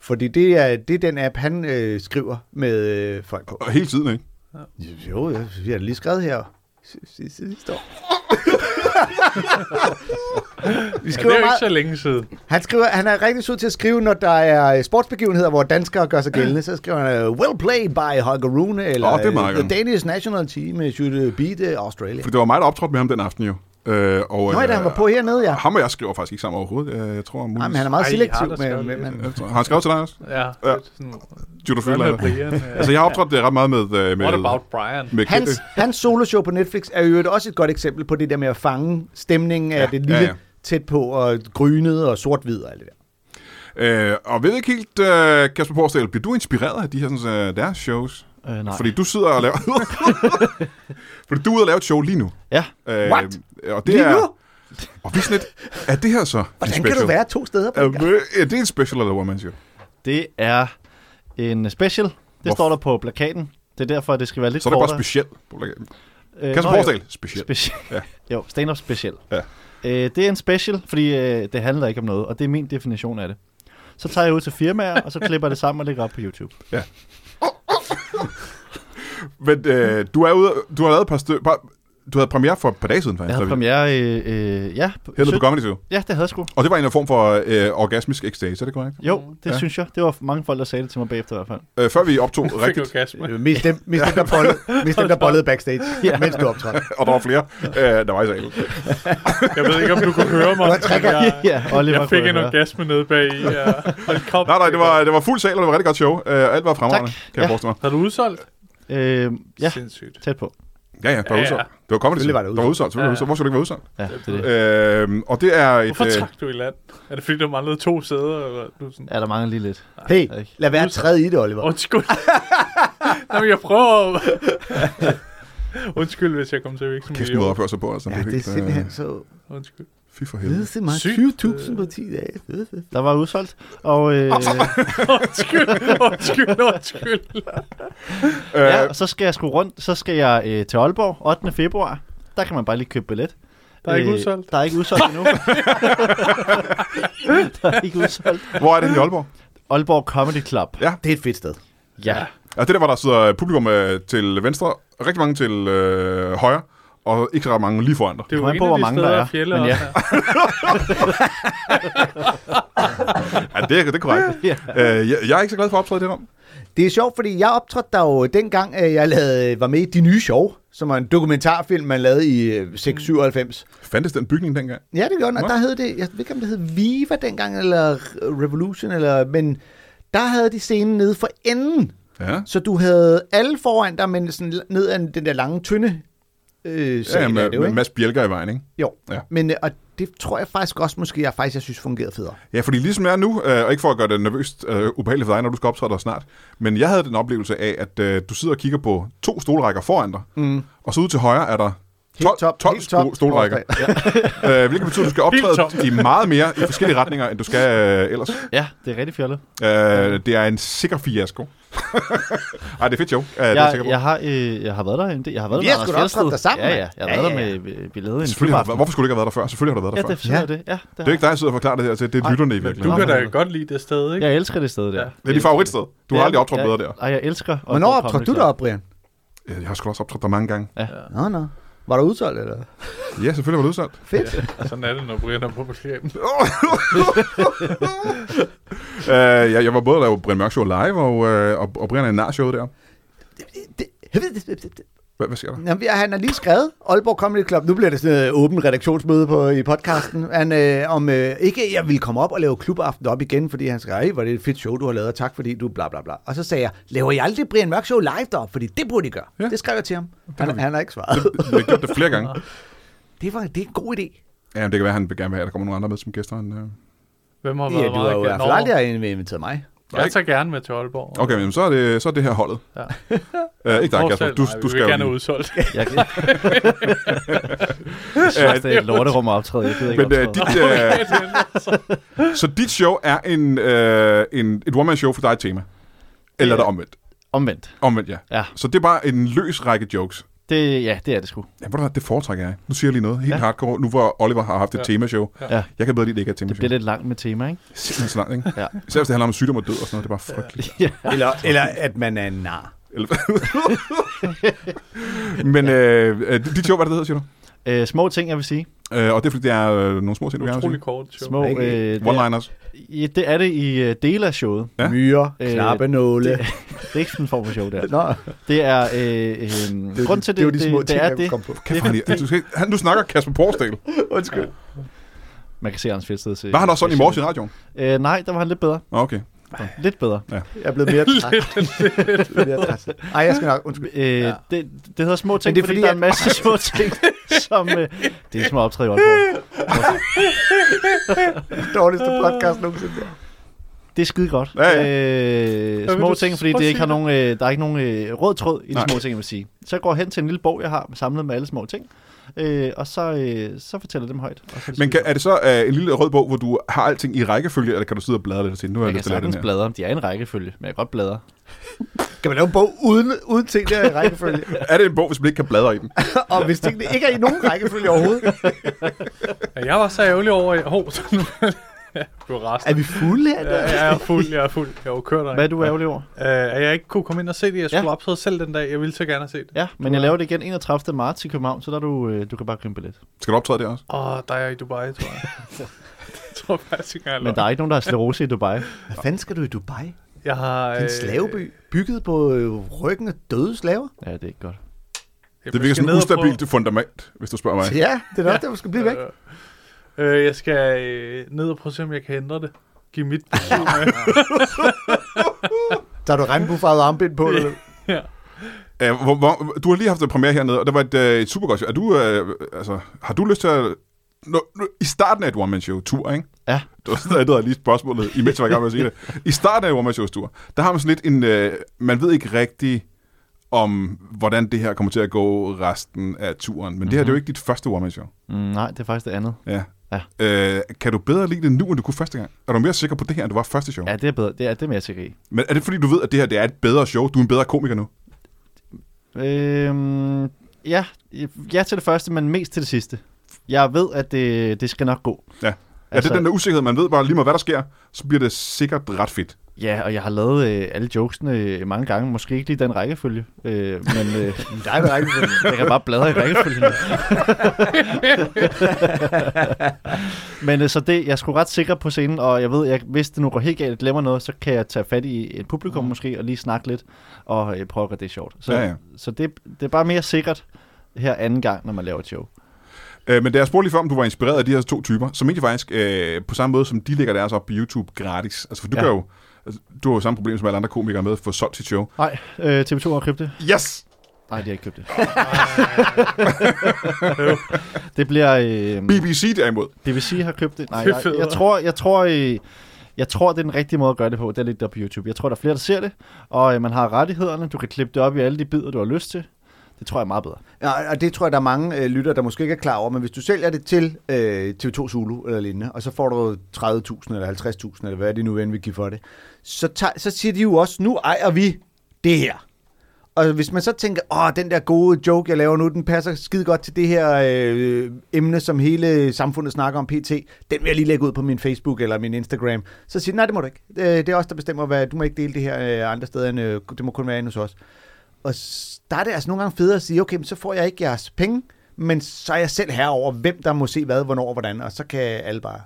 Speaker 2: Fordi det er, det er den app, han øh, skriver med øh, folk på.
Speaker 1: Og hele tiden, ikke?
Speaker 2: Jo, jeg, jeg har lige skrevet her si- si- sidste år. Vi
Speaker 4: Ja, det er
Speaker 2: skriver
Speaker 4: jo ikke så
Speaker 2: meget.
Speaker 4: længe siden.
Speaker 2: Han, skriver, han er rigtig sød til at skrive, når der er øh, sportsbegivenheder, hvor danskere gør sig gældende. Så skriver han, øh, well played by Holger Rune, eller
Speaker 1: Åh, det er meget
Speaker 2: øh,
Speaker 1: godt.
Speaker 2: the Danish national team should øh, beat øh, Australia.
Speaker 1: For det var mig, der optrådte med ham den aften jo. Øh, og,
Speaker 2: Nå, ja, da han var på hernede, ja.
Speaker 1: Ham og jeg skriver faktisk ikke sammen overhovedet. Øh, Jeg tror, muligvis...
Speaker 2: Jamen, han er meget
Speaker 4: Ej,
Speaker 2: selektiv med,
Speaker 4: har der skrevet
Speaker 2: med,
Speaker 4: lidt.
Speaker 2: med,
Speaker 1: Jeg tror- Har han skrevet til dig også?
Speaker 4: Ja, ja.
Speaker 1: Ja.
Speaker 4: Sådan,
Speaker 1: Judah
Speaker 4: hvad med
Speaker 1: Friedlander.
Speaker 4: Brian? Ja.
Speaker 1: Altså, jeg har optrådt det ret meget med... øh, med
Speaker 4: What about Brian?
Speaker 1: med
Speaker 2: Hans, hans soloshow på Netflix er jo også et godt eksempel på det der med at fange stemningen af ja, det lille
Speaker 1: ja,
Speaker 2: ja,
Speaker 1: ja.
Speaker 2: ja. tæt på og grynet og sort-hvid og alt det der.
Speaker 1: Øh, og ved ikke helt, øh, Kasper Porsdal, bliver du inspireret af de her sådan, øh, deres shows?
Speaker 3: Øh, nej.
Speaker 1: Fordi du sidder og laver... Fordi du er ude og lave et show lige nu.
Speaker 3: Ja.
Speaker 1: Øh,
Speaker 2: What?
Speaker 1: Og det
Speaker 2: Lige
Speaker 1: er,
Speaker 2: nu?
Speaker 1: Og vi er sådan lidt, er det her så en
Speaker 2: Hvordan kan
Speaker 1: special?
Speaker 2: du være to steder på en gang?
Speaker 1: Er, øh, er det en special eller one-man show?
Speaker 3: Det er en special. Det
Speaker 1: Hvorfor?
Speaker 3: står der på plakaten. Det er derfor, at det skal være lidt
Speaker 1: Så er det bare
Speaker 3: kortere.
Speaker 1: speciel.
Speaker 3: Øh,
Speaker 1: Kasper
Speaker 3: nå, jo.
Speaker 1: Porsdal, speciel.
Speaker 3: Special.
Speaker 1: Ja.
Speaker 3: Ja. Jo, stand-up special.
Speaker 1: Ja.
Speaker 3: Øh, det er en special, fordi øh, det handler ikke om noget, og det er min definition af det. Så tager jeg ud til firmaer, og så klipper jeg det sammen og lægger op på YouTube.
Speaker 1: Men øh, du er ude, du har lavet et par stykker, du havde premiere for et par dage siden, faktisk.
Speaker 3: Jeg havde
Speaker 1: da vi-
Speaker 3: premiere, øh, øh, ja, på,
Speaker 1: Hernede på
Speaker 3: syt-
Speaker 1: Comedy Show.
Speaker 3: ja, det havde jeg sgu.
Speaker 1: Og det var en form for øh, orgasmisk ekstase, er det korrekt?
Speaker 4: Mm.
Speaker 3: Jo, det
Speaker 1: Ja.
Speaker 3: ja. synes jeg. Det var mange folk, der sagde det til mig bagefter i hvert fald.
Speaker 1: Øh, før vi optog
Speaker 4: Fik
Speaker 1: rigtigt,
Speaker 4: orgasme.
Speaker 2: Øh, Mest dem, mest dem, der bollede, mest dem, der bollede backstage, ja. mens du optrådte.
Speaker 1: og der var flere, øh, der var i salen.
Speaker 4: Jeg ved ikke, om du kunne høre mig. men jeg,
Speaker 3: ja, Oliver
Speaker 4: jeg fik
Speaker 3: kunne
Speaker 4: en
Speaker 3: høre.
Speaker 4: orgasme nede bag i. Ja. Hold kop.
Speaker 1: Nej, nej, det var, det var fuld sal, og det var rigtig godt show. Øh, alt var fremragende,
Speaker 3: Tak.
Speaker 1: kan jeg
Speaker 3: Ja.
Speaker 1: forestille mig.
Speaker 4: Har du udsolgt?
Speaker 3: Øh, ja,
Speaker 4: Sindssygt.
Speaker 3: tæt på.
Speaker 1: Ja, ja, der var
Speaker 4: Ja,
Speaker 1: udsolgt.
Speaker 4: ja.
Speaker 1: Det var Comedy Show.
Speaker 2: Selvfølgelig var
Speaker 1: Der
Speaker 2: det
Speaker 1: var udsolgt, selvfølgelig var det udsolgt. Hvor skulle det ikke være udsolgt?
Speaker 3: Ja, det er det.
Speaker 1: Øh, og det er et... øh,
Speaker 4: Hvorfor trak du i land? Er det fordi, der manglede to sæder? Eller du er sådan...
Speaker 3: Ja, der mangler lige lidt.
Speaker 2: Hey,
Speaker 3: ikke.
Speaker 2: lad være træde i det, Oliver.
Speaker 4: Undskyld. Jamen, jeg prøver at... Undskyld, hvis jeg kom til at virke som
Speaker 1: Kæft, måde at
Speaker 4: idiot.
Speaker 1: opføre sig på, altså.
Speaker 2: Ja,
Speaker 1: er
Speaker 2: det er
Speaker 1: helt, øh,
Speaker 2: simpelthen så
Speaker 4: Undskyld.
Speaker 1: Fy for helvede.
Speaker 2: videste mig.
Speaker 4: Sygt. øh,
Speaker 2: 20.000 på 10 dage. Fed, fed.
Speaker 3: Der var udsolgt, og, øh,
Speaker 4: Undskyld, undskyld, undskyld.
Speaker 3: ja,
Speaker 1: Øh,
Speaker 3: og så skal jeg sgu rundt. Så skal jeg øh, til Aalborg 8. februar. Der kan man bare lige købe billet. Øh,
Speaker 4: Der er ikke udsolgt.
Speaker 3: Der er ikke udsolgt endnu. der er ikke udsolgt.
Speaker 1: hvor er det henne i Aalborg?
Speaker 3: Aalborg Comedy Club.
Speaker 2: Det er et fedt sted.
Speaker 3: Ja.
Speaker 1: Altså, det er der, hvor der sidder publikum øh, til venstre, og rigtig mange til øh, højre, og ikke så ret mange lige foran dig.
Speaker 4: Det er jo
Speaker 3: Kommer an
Speaker 4: en
Speaker 3: på,
Speaker 4: af
Speaker 3: hvor
Speaker 4: de
Speaker 3: mange
Speaker 4: steder,
Speaker 3: der er,
Speaker 4: Fjelle
Speaker 3: men
Speaker 4: men
Speaker 3: ja.
Speaker 4: ja.
Speaker 1: Ja, det er, det er korrekt.
Speaker 3: Ja.
Speaker 1: øh, jeg, jeg er ikke så glad for at optræde i det rum.
Speaker 2: Det er sjovt, fordi jeg optrådte der jo dengang, øh, jeg lavede, var med i De Nye Show, som var en dokumentarfilm, man lavede i øh, 697.
Speaker 1: Fandtes den bygning dengang?
Speaker 2: Ja, det gjorde den,
Speaker 1: Nå.
Speaker 2: og der hed det, jeg ved ikke, om det hed Viva dengang, eller Revolution, eller, men der havde de scenen nede for enden,
Speaker 1: Ja.
Speaker 2: så du havde alle foran dig, men sådan ned ad den der lange, tynde øh,
Speaker 1: Ja, ja,
Speaker 2: scene, ja, er
Speaker 1: med,
Speaker 2: det jo,
Speaker 1: med
Speaker 2: ikke?
Speaker 1: Mads Bjelker i vejen, ikke?
Speaker 2: Jo,
Speaker 1: Ja.
Speaker 2: ja. men øh, og det tror jeg faktisk også, måske, jeg faktisk jeg synes fungerede federe.
Speaker 1: Ja, fordi ligesom jeg er nu, øh, og ikke for at gøre det nervøst øh, ubehageligt for dig, når du skal optræde der snart, men jeg havde den oplevelse af, at øh, du sidder og kigger på to stolrækker foran dig, mm. og så ud til højre er der 12,
Speaker 2: top,
Speaker 1: 12
Speaker 2: helt top
Speaker 1: sko- stolrækker.
Speaker 2: forslag.
Speaker 1: Øh, hvilket betyder, at du skal
Speaker 4: Helt
Speaker 1: optræde i meget mere i forskellige retninger, end du skal øh, ellers.
Speaker 3: Ja, det er rigtig fjollet.
Speaker 1: Øh, det er en sikker fiasko. Ej, det er fedt jo. Øh, det er jeg
Speaker 3: jeg,
Speaker 1: sikker på.
Speaker 3: jeg, har, øh, jeg har været der en del. Jeg har været
Speaker 2: Vi
Speaker 3: med
Speaker 2: har
Speaker 3: Anders
Speaker 2: sgu da også
Speaker 3: Fjeldsted.
Speaker 2: optrådt der sammen,
Speaker 3: Ja,
Speaker 2: mand.
Speaker 3: ja. Jeg har
Speaker 2: Ja,
Speaker 3: været
Speaker 2: ja,
Speaker 3: der med, vi lavede en
Speaker 1: Selvfølgelig har du,
Speaker 3: klubaften.
Speaker 1: hvorfor skulle du ikke have været der før? Selvfølgelig har du været der
Speaker 3: Ja,
Speaker 1: før. Det,
Speaker 3: det forstår
Speaker 2: Ja.
Speaker 3: jeg det. Ja, det,
Speaker 1: er jo ikke dig, der sidder og forklarer det her til. Det er
Speaker 3: Nej,
Speaker 1: lytterne i
Speaker 4: Men
Speaker 1: virkeligheden.
Speaker 4: du kan da
Speaker 3: Nå,
Speaker 4: godt lide det sted, ikke?
Speaker 3: Jeg elsker det sted der.
Speaker 4: Ja.
Speaker 1: Det er dit favoritsted. Du har
Speaker 3: Ja,
Speaker 1: aldrig optrådt
Speaker 3: jeg-
Speaker 1: bedre der.
Speaker 3: Ej, jeg elsker. at
Speaker 2: Hvornår
Speaker 3: gå på
Speaker 2: optrådte du
Speaker 3: Comedy Club.
Speaker 2: derop, Brian?
Speaker 1: Øh, Jeg har sgu da også optrådt der mange gange.
Speaker 2: Nå, nå. Var der udsolgt, eller?
Speaker 1: Ja, selvfølgelig var det udsolgt.
Speaker 2: Fedt.
Speaker 4: Ja. Sådan er det, når Brian er på beskæben.
Speaker 1: øh, jeg, jeg var både der var Brian Mørk Show live, og, øh, og, og Brian er nar showet der.
Speaker 2: Det-
Speaker 1: Hvad, hvad sker der?
Speaker 2: Jamen, ja, han har lige skrevet Aalborg Comedy Club. Nu bliver det sådan et åbent redaktionsmøde på, i podcasten. Han, øh, om øh, ikke jeg ville komme op og lave klubaften op igen, fordi han skrev, "Ej, hvor er det et fedt show, du har lavet, og tak fordi du bla bla bla. Og så sagde jeg, laver I aldrig Brian Mørk Show live derop, fordi det burde I gøre.
Speaker 1: Ja.
Speaker 2: Ja. Det skrev jeg til ham.
Speaker 1: har
Speaker 2: Han,
Speaker 1: vi.
Speaker 2: han har ikke svaret.
Speaker 1: Vi har gjort det flere gange.
Speaker 2: Det, var, det er en god idé.
Speaker 1: Ja, men det kan være, han vil gerne vil have, at der kommer nogle andre med som gæster. End, øh.
Speaker 4: Hvem har
Speaker 2: Ja,
Speaker 4: været
Speaker 2: du har jo i
Speaker 4: meget
Speaker 2: hvert fald
Speaker 4: gennem?
Speaker 2: aldrig inviteret mig.
Speaker 4: Jeg tager gerne med til Aalborg.
Speaker 1: Okay, men så er det, så er det her holdet. Ja.
Speaker 4: Ja.
Speaker 1: Øh, ikke dig, Kasper. Du,
Speaker 4: Nej,
Speaker 1: du
Speaker 4: vi
Speaker 1: skal
Speaker 4: vil
Speaker 1: jo
Speaker 4: gerne
Speaker 1: lige-
Speaker 4: have udsolgt.
Speaker 3: Jeg, jeg synes, det er et lorterum at optræde. Jeg gider ikke
Speaker 1: Men øh,
Speaker 3: optræde.
Speaker 1: dit, øh, så dit show er en, øh, en, et one-man-show for dig et tema. Eller er det omvendt?
Speaker 3: Omvendt.
Speaker 1: Omvendt, ja.
Speaker 3: Ja.
Speaker 1: Så det er bare en løs række jokes.
Speaker 3: Det, ja, det er det sgu.
Speaker 1: Ja, hvor det foretrækker jeg. Nu siger jeg lige noget helt ja.
Speaker 3: Ja.
Speaker 1: hardcore, nu hvor Oliver har haft et ja.
Speaker 4: Ja.
Speaker 1: temashow.
Speaker 3: Ja.
Speaker 1: Jeg kan bedre lide, at det ikke er et
Speaker 3: Det
Speaker 1: temashow.
Speaker 3: bliver lidt langt med tema, ikke?
Speaker 1: lidt... Simpelthen så langt, ikke?
Speaker 3: Ja.
Speaker 1: Især hvis det handler om sygdom og død og sådan noget, det er bare frygteligt.
Speaker 3: ja.
Speaker 2: Eller, eller at man er en nar.
Speaker 1: Eller- Men øh, øh, dit show, hvad det hedder, siger du?
Speaker 3: Øh, små ting, jeg vil sige.
Speaker 1: Øh, og det er fordi, det er øh, nogle små ting, du gerne vil
Speaker 4: Utrolig
Speaker 1: sige.
Speaker 4: kort show.
Speaker 3: Små,
Speaker 2: Ikke-
Speaker 3: øh, det,
Speaker 1: One-liners.
Speaker 3: ja, det er det i øh, dele af showet.
Speaker 1: Ja.
Speaker 2: Ja? Myre,
Speaker 3: Øh,
Speaker 2: knappe nåle.
Speaker 3: det- Det er ikke sådan en form for show, der.
Speaker 2: Nå,
Speaker 3: Det er... Øh, øh,
Speaker 2: jo
Speaker 3: grund
Speaker 2: de-
Speaker 3: til
Speaker 2: det er jo de små
Speaker 3: det,
Speaker 2: ting,
Speaker 3: det er
Speaker 2: jeg
Speaker 3: det.
Speaker 2: kom på.
Speaker 3: det
Speaker 1: Kæft,
Speaker 3: er
Speaker 1: han,
Speaker 3: fordi-
Speaker 1: er- du, skal, ikke- han, du snakker Kasper Porsdal.
Speaker 2: Undskyld.
Speaker 3: Man kan se Anders Fjeldsted til.
Speaker 1: Var han også sådan i morges i radioen?
Speaker 3: Øh, nej, der var han lidt bedre.
Speaker 1: Nå, Okay.
Speaker 3: Lidt bedre.
Speaker 2: Jeg er blevet mere træt. Jeg er blevet mere træt. Ej, jeg skal nok. Undskyld.
Speaker 3: Øh, ja. det, det hedder små ting,
Speaker 2: det
Speaker 3: det
Speaker 2: er fordi,
Speaker 3: fordi, fordi, der er
Speaker 2: at-
Speaker 3: en masse små ting, som... Øh, det er som at optræde i Aalborg.
Speaker 2: Dårligste podcast nogensinde.
Speaker 3: Det er skide godt.
Speaker 1: Ja, ja.
Speaker 3: Øh,
Speaker 4: men
Speaker 3: små
Speaker 4: du-
Speaker 3: ting, fordi
Speaker 4: prøv
Speaker 3: det
Speaker 4: at
Speaker 3: ikke har
Speaker 4: sige
Speaker 3: nogen, øh, der er ikke nogen øh, rød tråd i de
Speaker 1: Nej.
Speaker 3: små ting, jeg vil sige. Så jeg går hen til en lille bog, jeg har samlet med alle små ting, øh, og så, øh, så fortæller jeg dem højt. Og så er det skide
Speaker 1: Men kan,
Speaker 3: godt.
Speaker 1: er det så øh, en lille rød bog, hvor du har alting i rækkefølge, eller kan du sidde og bladre lidt og sige, nu er
Speaker 3: jeg
Speaker 1: jeg
Speaker 3: kan
Speaker 1: lidt til at lave
Speaker 3: sagtens
Speaker 1: den her?
Speaker 3: bladre, de er i en rækkefølge, men jeg kan godt bladre.
Speaker 2: Kan man lave en bog uden, uden ting der i rækkefølge?
Speaker 1: Er det en bog, hvis man ikke kan bladre i den?
Speaker 2: Og hvis tingene ikke er i nogen rækkefølge overhovedet,
Speaker 4: Ja, jeg var så ærgerlig over... i- Hov, sådan... du er
Speaker 2: er
Speaker 4: rasende.
Speaker 2: vi fulde af
Speaker 4: Ja,
Speaker 2: det?
Speaker 4: jeg er fuld, jeg er fuld. Jeg var kørt
Speaker 3: Hvad er du ærgerlig over?
Speaker 4: Øh, at jeg ikke kunne komme ind og se det. Jeg skulle
Speaker 3: Ja.
Speaker 4: ja. optræde selv den dag. Jeg ville så gerne have set det.
Speaker 3: Ja, men jeg laver det igen 31. marts i København, så der er du, øh, du kan bare købe en billet.
Speaker 1: Skal du optræde der også?
Speaker 4: Åh, der er jeg i Dubai, tror jeg. jeg tror faktisk ikke, jeg er
Speaker 3: Men der er ikke nogen, der har sklerose i Dubai.
Speaker 2: Hvad fanden skal du i Dubai? Det
Speaker 4: Jeg har... øh,
Speaker 2: er en slaveby, bygget på øh, ryggen af døde slaver.
Speaker 3: Ja, det er ikke godt.
Speaker 4: jeg
Speaker 1: Det virker
Speaker 4: skal
Speaker 1: sådan et
Speaker 4: ned og prøve-
Speaker 1: ustabilt fundament, hvis du spørger mig.
Speaker 2: Ja, det er nok der, du skal blive væk.
Speaker 4: Øh, øh, jeg skal øh, ned og prøve at se, om jeg kan ændre det. Giv mit besøg med.
Speaker 2: Der har du regnbuefarvet armbind på. Eller?
Speaker 4: ja.
Speaker 1: Æh, Øh, hvor, hvor, du har lige haft en premiere hernede, og det var et, øh, et super godt show. Er du, øh, altså, har du lyst til at... Nå, nu, I starten af et one-man-show-tur, ikke?
Speaker 3: Ja.
Speaker 1: Du havde lige spørgsmålet, imens jeg var i gang med at sige det. I starten af et one-man-show-tur, der har man sådan lidt en... Øh, man ved ikke rigtig om, hvordan det her kommer til at gå resten af turen. Men mm-hmm. det her det er jo ikke dit første one-man-show.
Speaker 3: Mm, nej, det er faktisk det andet.
Speaker 1: Ja.
Speaker 3: Mhm. Ja.
Speaker 1: Øh, kan du bedre lide det nu, end du kunne første gang? Er du mere sikker på det her, end du var første show?
Speaker 3: Ja, det er bedre. Det er, det er mere sikkert i.
Speaker 1: Men er det fordi, du ved, at det her det er et bedre show? Du er en bedre komiker nu?
Speaker 3: Øhm, ja, ja til det første, men mest til det sidste. Jeg ved, at det, det skal nok gå.
Speaker 1: Ja. Ja, altså, det er den der usikkerhed, man ved bare lige med, hvad der sker, så bliver det sikkert ret fedt.
Speaker 3: ja, og jeg har lavet øh, alle jokesene øh, mange gange. Måske ikke lige den rækkefølge, øh, men øh,
Speaker 2: Der er en rækkefølge.
Speaker 3: jeg kan bare bladre i rækkefølgen. men øh, så det, jeg er sgu ret sikker på scenen, og jeg ved, jeg, hvis det nu går helt galt, jeg glemmer noget, så kan jeg tage fat i et publikum måske, og lige snakke lidt, og øh, prøve at gøre det sjovt. Så,
Speaker 1: Ja, ja.
Speaker 3: så det, det er bare mere sikkert her anden gang, når man laver et show.
Speaker 1: Øh, men da jeg spurgte lige før, om du var inspireret af de her to typer, så mente jeg faktisk, øh, på samme måde som de lægger deres op på YouTube gratis. Altså, for du, ja.
Speaker 3: Ja.
Speaker 1: gør jo, altså, du har jo samme problem som alle andre komikere med at få solgt sit show.
Speaker 3: Nej, øh, TV2 har købt det.
Speaker 1: Yes!
Speaker 3: Nej, de har ikke købt det. det bliver... Øh,
Speaker 1: BBC derimod.
Speaker 3: BBC har købt det. Nej,
Speaker 4: Det er
Speaker 3: jeg,
Speaker 4: federe.
Speaker 3: jeg tror, jeg tror, øh, jeg tror, det er den rigtige måde at gøre det på. Det er lidt der på YouTube. Jeg tror, der er flere, der ser det. Og øh, man har rettighederne. Du kan klippe det op i alle de bidder, du har lyst til. Det tror jeg er meget bedre.
Speaker 2: Ja, og det tror jeg, der er mange øh, lytter, der måske ikke er klar over, men hvis du sælger det til øh, TV2 Zulu eller lignende, og så får du 30.000 eller 50.000, eller hvad det nu end vil give for det, så, tager, så siger de jo også, nu ejer vi det her. Og hvis man så tænker, åh, den der gode joke, jeg laver nu, den passer skide godt til det her øh, emne, som hele samfundet snakker om pt. Den vil jeg lige lægge ud på min Facebook eller min Instagram. Så siger de, nej, det må du ikke. Øh, Det er os, der bestemmer, hvad, du må ikke dele det her øh, andre steder, end, øh, det må kun være inde hos os. Og s- der er det altså nogle gange federe at sige, okay, men så får jeg ikke jeres penge, men så er jeg selv herover, hvem der må se hvad, hvornår og hvordan, og så kan alle bare...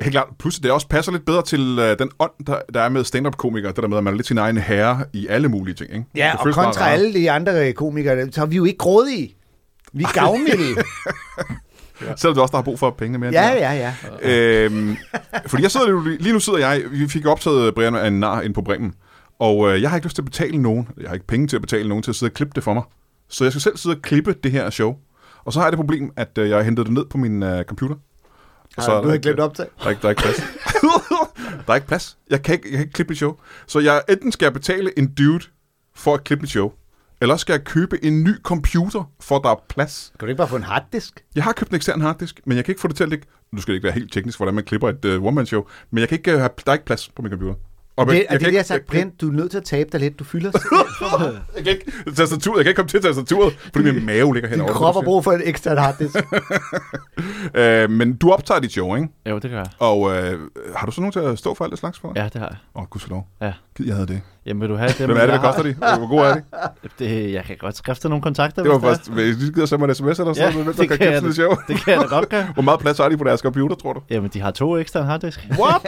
Speaker 1: Helt klart. Plus, det også passer lidt bedre til øh, den ånd, der, der er med stand-up-komikere. Det der med, at man er lidt sin egen herre i alle mulige ting. Ikke?
Speaker 2: Ja,
Speaker 1: Det
Speaker 2: og
Speaker 1: føles meget
Speaker 2: kontra
Speaker 1: rarere.
Speaker 2: alle de andre øh, komikere, så er vi jo ikke grådige. Vi er gavmilde.
Speaker 1: Selvom du også der har brug for pengene mere. end
Speaker 2: ja,
Speaker 1: de har.
Speaker 2: ja, ja.
Speaker 1: øhm, fordi jeg sidder, jo- lige nu sidder jeg, vi fik optaget Brian af en nar ind på Bremen, og øh, jeg har ikke lyst til at betale nogen, jeg har ikke penge til at betale nogen til at sidde og klippe det for mig. Så jeg skal selv sidde og klippe det her show. Og så har jeg det problem, at øh, jeg har hentet det ned på min øh, computer. Og
Speaker 2: Så,
Speaker 1: er
Speaker 2: du
Speaker 1: der
Speaker 2: har
Speaker 1: ikke-
Speaker 2: glemt optag.
Speaker 1: Der er ikke, der er ikke plads. der er ikke plads. Jeg kan ikke, jeg kan ikke klippe mit show. Så jeg, enten skal jeg betale en dude for at klippe mit show, eller også skal jeg købe en ny computer, for at der er plads.
Speaker 2: Kan du ikke bare få en harddisk?
Speaker 1: Jeg har købt en ekstern harddisk, men jeg kan ikke få det til at ligge... Nu skal det ikke være helt teknisk, hvordan man klipper et uh, one-man-show, men jeg kan ikke uh, have... Der er ikke plads på min computer. Og
Speaker 2: Det,
Speaker 1: jeg,
Speaker 2: jeg, det,
Speaker 1: kan
Speaker 2: det,
Speaker 1: ikke,
Speaker 2: jeg har sagt, Brent, du er nødt til at tabe dig lidt. Du fylder sig.
Speaker 1: jeg, kan ikke, tastaturet, jeg kan ikke komme til tastaturet, fordi min mave ligger
Speaker 2: Din
Speaker 1: henover.
Speaker 2: krop har brug for en ekstern harddisk.
Speaker 1: Uh, men du optager dit show, ikke?
Speaker 3: Jo, det gør jeg.
Speaker 1: Og uh, har du så nogen til at stå for alt det slags for dig?
Speaker 3: Ja, det har jeg.
Speaker 1: Åh, oh, gudskelov.
Speaker 3: Ja.
Speaker 1: Gid, jeg havde det.
Speaker 3: Jamen, vil du have det?
Speaker 1: Hvem er det, hvad koster de? Hvor gode er de?
Speaker 3: Det, jeg kan godt skrifte nogle kontakter,
Speaker 1: Det var
Speaker 3: hvis er.
Speaker 1: først... Hvis du gider sende mig en sms eller sådan noget, hvem der kan købe
Speaker 3: jeg
Speaker 1: sådan et
Speaker 3: da-
Speaker 1: show.
Speaker 3: Det kan jeg da godt gøre.
Speaker 1: Hvor meget plads har de på deres computer, tror du?
Speaker 3: Jamen, de har to eksterne harddisk.
Speaker 1: What?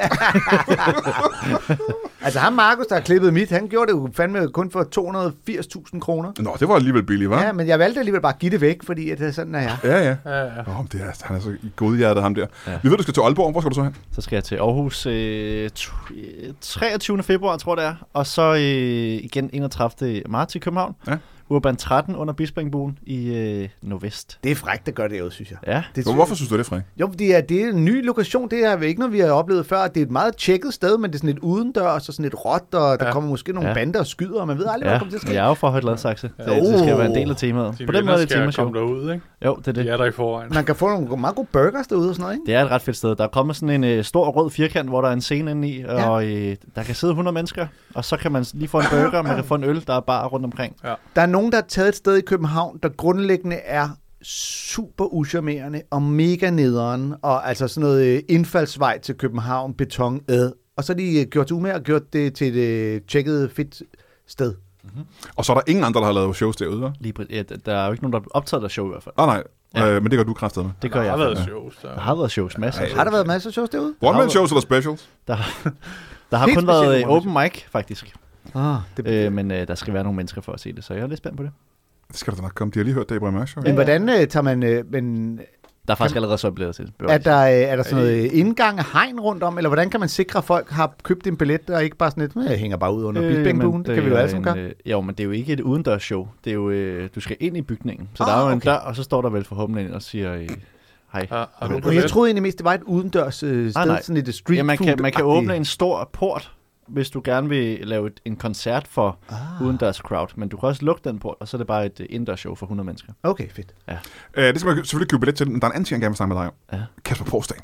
Speaker 2: altså ham Markus, der har klippet mit, han gjorde det jo fandme kun for 280.000 kroner.
Speaker 1: Nå, det var alligevel billigt, hva'?
Speaker 2: Ja, men jeg valgte alligevel bare at give det væk, fordi at det er sådan er jeg.
Speaker 1: Ja, ja.
Speaker 4: Ja, ja.
Speaker 1: Åh, oh, det er, han er så godhjertet, ham der. Ja.
Speaker 3: Ja.
Speaker 1: Vi ved, du skal til Aalborg. Hvor skal du så hen?
Speaker 3: Så skal jeg til Aarhus øh, tu- øh, 23. februar, tror jeg det er. Og så øh, igen 31. marts i København.
Speaker 1: Ja.
Speaker 3: Urban 13 under Bispringbuen i øh, Nordvest.
Speaker 2: Det er frækt at gøre det, jo, synes jeg.
Speaker 3: Ja,
Speaker 2: Det,
Speaker 1: Hvor, hvorfor synes du det, Frank?
Speaker 2: Jo, fordi at det er en ny lokation. Det er ikke noget, vi har oplevet før. Det er et meget tjekket sted, men det er sådan lidt udendørs og sådan lidt råt, og der
Speaker 4: Ja.
Speaker 2: ja. kommer måske nogle ja.
Speaker 3: Ja.
Speaker 2: bander og skyder, og man ved aldrig, ja. hvad der
Speaker 3: ja.
Speaker 2: kommer til at ske.
Speaker 3: jeg er jo fra Højt Ladsaxe. Ja.
Speaker 2: Ja.
Speaker 3: Det, det skal være en
Speaker 2: Oh.
Speaker 3: del af temaet.
Speaker 4: Dine
Speaker 3: På den måde er det et
Speaker 4: skal
Speaker 3: temashow.
Speaker 4: komme derud, ikke?
Speaker 3: Jo, det er det.
Speaker 4: De er der i forvejen.
Speaker 2: Man kan få nogle meget gode burgers derude og sådan noget, ikke?
Speaker 3: Det er et ret fedt sted. Der er kommet sådan en øh, stor rød firkant, hvor der er en scene inde i,
Speaker 2: Ja.
Speaker 3: og øh, der kan sidde 100 mennesker, og så kan man lige få en burger, man kan få en øl, der er bare rundt omkring.
Speaker 2: Der er nogen, der har taget et sted i København, der grundlæggende er super uschammerende og mega nederen, og altså sådan noget øh, indfaldsvej til København, beton, ad. Og så har de øh, gjort sig umage og gjort det til et øh, tjekket fedt sted.
Speaker 1: Og så er der ingen andre, der har lavet shows derude, hva'?
Speaker 3: Lige, præ- ja, der- der er jo ikke nogen, der har optaget der show i hvert fald.
Speaker 1: Nej, nej. Ja.
Speaker 3: Ja.
Speaker 1: Øh, men det gør du kraftedet med.
Speaker 3: Det gør
Speaker 4: der
Speaker 3: jeg.
Speaker 4: har været
Speaker 3: fandme.
Speaker 4: shows der.
Speaker 3: Der har været shows, masser af
Speaker 2: Har der været masser af shows derude? Ah,
Speaker 1: One-man-shows eller specials?
Speaker 3: Der, der har
Speaker 2: Helt
Speaker 3: kun været
Speaker 2: specielle
Speaker 3: øh, open mic, faktisk.
Speaker 2: Ah, det, øh,
Speaker 3: Øh, men øh, der skal være nogle mennesker for at se det, så jeg er lidt spændt på det.
Speaker 1: Det skal du da nok komme. De har lige hørt det i Brian Mørk Show.
Speaker 2: men hvordan øh, tager man... Øh, men
Speaker 3: Der er faktisk allerede så billetter til.
Speaker 2: er der, øh, er der sådan noget øh, indgang af hegn rundt om, eller hvordan kan man sikre, at folk har købt en billet, og ikke bare sådan lidt, "Nå, jeg hænger bare ud under øh, Bispingbuen, det kan vi jo alle sammen gøre.
Speaker 3: Øh, jo, men det er jo ikke et udendørs show. Det er jo, øh, du skal ind i bygningen. Så
Speaker 2: Ah,
Speaker 3: der er jo en
Speaker 2: okay. Ah,
Speaker 3: dør, og så står der vel forhåbentlig en og siger øh, hej.
Speaker 4: Har, har du
Speaker 2: Og jeg
Speaker 4: billet?
Speaker 2: troede egentlig mest, det var et udendørs øh, sted,
Speaker 3: Ah, nej.
Speaker 2: sådan et street
Speaker 3: Ja, man kan, man kan
Speaker 2: food-agtigt.
Speaker 3: åbne en stor port, hvis du gerne vil lave et, en koncert for ah. udendørs crowd. Men du kan også lukke den port, og så er det bare et øh, indendørs show for 100 mennesker.
Speaker 2: Okay, fedt.
Speaker 1: Øh, det skal man kø- selvfølgelig købe billet til, men der er en anden ting, jeg gerne vil snakke med dig om.
Speaker 3: Ja.
Speaker 1: Kasper Porsdagen.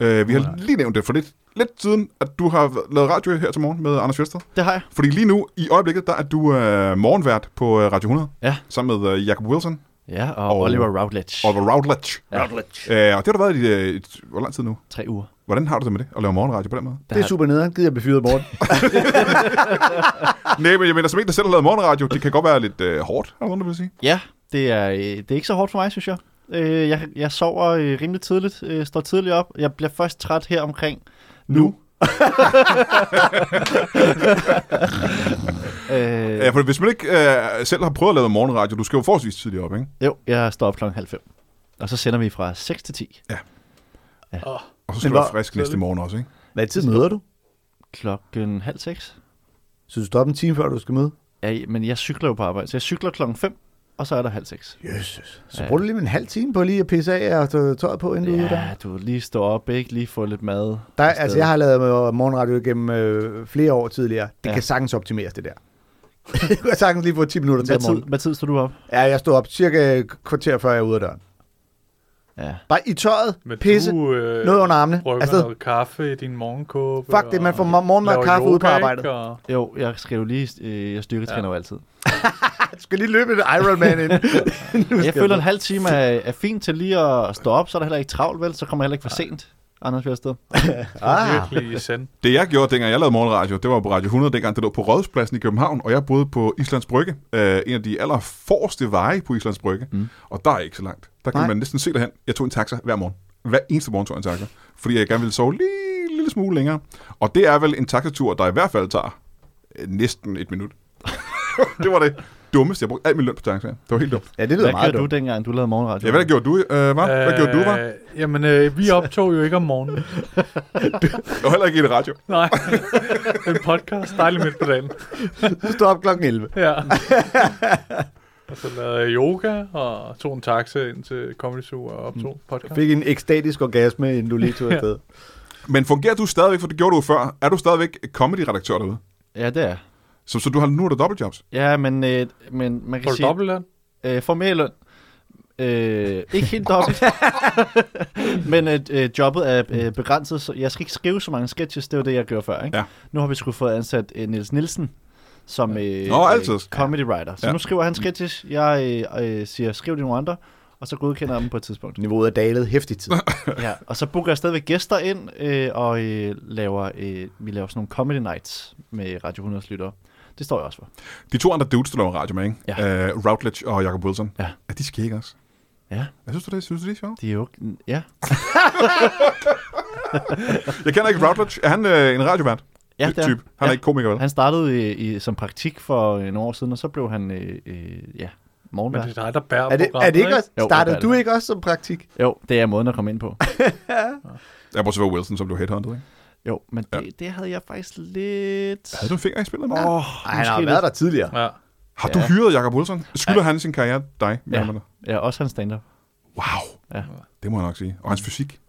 Speaker 1: Øh, vi har lige nævnt det for lidt, lidt siden, at du har lavet radio her til morgen med Anders Fjelsted.
Speaker 3: Det har jeg.
Speaker 1: Fordi lige nu, i øjeblikket, der er du øh, morgenvært på øh, Radio 100.
Speaker 3: Ja.
Speaker 1: Sammen med øh, Jacob Wilson
Speaker 3: Ja, og,
Speaker 1: Og-
Speaker 3: og Oliver Routledge.
Speaker 1: og Routledge.
Speaker 3: Ja.
Speaker 1: Routledge. Øh, og det har du været i, øh, et, hvor lang tid nu?
Speaker 3: Tre uger.
Speaker 1: Hvordan har du det med det, at lave morgenradio på den måde?
Speaker 3: Der
Speaker 2: Det er
Speaker 3: har-
Speaker 2: super nederen. Gider jeg blive fyret i morgen.
Speaker 1: Nej, men jeg mener, som en, der selv har lavet morgenradio, det kan godt være lidt øh, hårdt, er der nogen, der vil sige.
Speaker 3: Ja, det er, øh, det er ikke så hårdt for mig, synes jeg. Øh, jeg, jeg sover øh, rimelig tidligt, øh, står tidligt op. Jeg bliver først træt her omkring nu.
Speaker 1: Ja,
Speaker 3: øh,
Speaker 1: for hvis man ikke øh, selv har prøvet at lave morgenradio, du skal jo forholdsvis tidligt op, ikke?
Speaker 3: jo, jeg står op klokken halv fem. Og så sender vi fra 6 til 10.
Speaker 4: Åh,
Speaker 1: Og så skal du
Speaker 2: Men
Speaker 1: være
Speaker 2: hvor-
Speaker 1: frisk næste
Speaker 4: tidligt.
Speaker 1: morgen også, ikke?
Speaker 2: Hvad tid møder du?
Speaker 3: Klokken halv seks.
Speaker 2: Så du står op en time, før du skal møde?
Speaker 3: Ja, men jeg cykler jo på arbejde, så jeg cykler klokken 5, og så er der halv seks.
Speaker 2: Jesus. Så
Speaker 3: Ja.
Speaker 2: bruger du lige en halv time på lige at pisse af og tage tøjet på, inden du er ude der.
Speaker 3: Ja, du lige står op, ikke? Lige få lidt mad.
Speaker 2: der
Speaker 3: afsted.
Speaker 2: altså, jeg har lavet med morgenradio igennem øh, flere år tidligere. Det ja.
Speaker 3: Ja.
Speaker 2: kan sagtens optimeres, det der. det kunne jeg sagtens lige få 10 minutter til
Speaker 3: Hvad
Speaker 2: i morgen.
Speaker 3: tid, hvad tid stod du op?
Speaker 2: Ja, jeg stod op cirka et kvarter før jeg er ude af døren.
Speaker 3: Ja.
Speaker 2: Bare i tøjet,
Speaker 4: Men
Speaker 2: pisse,
Speaker 4: du øh,
Speaker 2: noget under armene,
Speaker 4: brygger
Speaker 2: afsted.
Speaker 4: noget kaffe i din morgenkåbe.
Speaker 2: Fuck det, man får mo- morgenmad og
Speaker 4: laver
Speaker 2: kaffe
Speaker 4: yoga,
Speaker 2: ude på arbejdet.
Speaker 4: ikke? Og...
Speaker 3: Jo, jeg skrev lige, øh, jeg styrketræner ja. jo altid.
Speaker 2: Jeg skal lige løbe et Ironman ind. Nu
Speaker 3: Jeg
Speaker 2: skal
Speaker 3: føler, en halv time er, er fint til lige at stå op, så er der heller ikke travlt, vel? Så kommer jeg heller ikke for sent, Anders Fjørsted.
Speaker 2: Ah.
Speaker 4: Ah. Virkelig send.
Speaker 1: Det jeg gjorde, dengang jeg lavede morgenradio, det var på Radio 100, dengang det lå på Rådhuspladsen i København, og jeg boede på Islands Brygge, øh, en af de aller forreste veje på Islands Brygge, mm. og der er ikke så langt. Der kan
Speaker 2: Nej.
Speaker 1: Nej. man næsten se derhen. Jeg tog en taxa hver morgen. Hver eneste morgen tog jeg en taxa, fordi jeg gerne ville sove lige en lille smule længere. Og det er vel en taxatur, der i hvert fald tager øh, næsten et minut. det var det dummeste. Jeg brugte al min løn på taxa. Det var helt dumt.
Speaker 2: Ja, det lyder
Speaker 3: Hvad
Speaker 2: meget
Speaker 3: gjorde du,
Speaker 2: dumt.
Speaker 3: dengang du lavede morgenradio?
Speaker 1: Ja, hvad gjorde du, øh, var? Hvad gjorde du, var?
Speaker 4: Øh, Jamen, øh, vi optog jo ikke om morgenen.
Speaker 1: Og heller ikke i det radio.
Speaker 4: Nej. en podcast, dejlig midt på dagen.
Speaker 2: Du stod op klokken 11.
Speaker 4: Ja. og så lavede jeg yoga og tog en taxa ind til Comedy Zoo og optog mm. podcast.
Speaker 2: Fik en ekstatisk orgasme, inden du lige tog afsted.
Speaker 1: Men fungerer du stadigvæk, for det gjorde du jo før? Er du stadigvæk comedy-redaktør derude?
Speaker 3: Ja, det er
Speaker 1: Så, så du har nu er der dobbeltjobs?
Speaker 3: Ja, men, øh, men man kan
Speaker 4: Får du
Speaker 3: sige...
Speaker 4: dobbelt løn?
Speaker 3: Øh, får mere i løn. Øh, ikke helt dobbelt. men øh, øh, jobbet er øh, begrænset, så jeg skal ikke skrive så mange sketches, det var det, jeg gjorde før. Ikke?
Speaker 1: Ja.
Speaker 3: Nu har vi sgu fået ansat øh, Niels Nielsen som øh,
Speaker 1: Nå, altid.
Speaker 3: comedy writer. Så
Speaker 1: Ja.
Speaker 3: nu skriver han sketches, jeg øh, øh, siger, skriv de nogle andre, og så godkender jeg dem på et tidspunkt.
Speaker 2: Niveauet er dalet hæftigt tid.
Speaker 3: ja, og så booker jeg stadigvæk gæster ind, øh, og øh, laver, øh, vi laver sådan nogle comedy nights med Radio 100's lyttere. Det står jeg også for.
Speaker 1: De to andre dudes, der laver radio med, ikke?
Speaker 3: Ja.
Speaker 1: Uh, Routledge og Jacob Wilson.
Speaker 3: Ja.
Speaker 1: Er de skægge også?
Speaker 3: Ja,
Speaker 1: Jeg synes du det? Synes du det er sjovt?
Speaker 3: det er jo... Ja,
Speaker 1: Jeg kender ikke Routledge. Er han øh, en radiovært?
Speaker 3: ja det er.
Speaker 1: Type. Han er
Speaker 3: ja.
Speaker 1: ikke komiker, vel?
Speaker 3: Han startede i, i, som praktik for en år siden, og så blev han øh, øh, ja,
Speaker 4: Men
Speaker 3: morgenvært.
Speaker 4: det er dig, der bærer
Speaker 2: Er det,
Speaker 4: programmet,
Speaker 2: er det ikke også?
Speaker 3: Jo, det
Speaker 2: Startede
Speaker 3: er
Speaker 2: du
Speaker 3: det.
Speaker 2: ikke også som praktik?
Speaker 3: Jo, det er måden at komme ind på.
Speaker 1: Jeg bortset fra Wilson, som blev headhunted, ikke?
Speaker 3: Jo, men det, ja. det havde jeg faktisk lidt...
Speaker 1: Havde du en finger i spillet, med?
Speaker 3: Åh,
Speaker 2: Ej, han har jo været der tidligere.
Speaker 4: Ja.
Speaker 1: Har du
Speaker 3: Ja.
Speaker 1: hyret Jacob Wilson? Skylder han sin karriere dig?
Speaker 3: Ja.
Speaker 1: Ja.
Speaker 3: Ja, også hans stand-up.
Speaker 1: Wow.
Speaker 3: Ja.
Speaker 1: Det må jeg nok sige. Og hans fysik.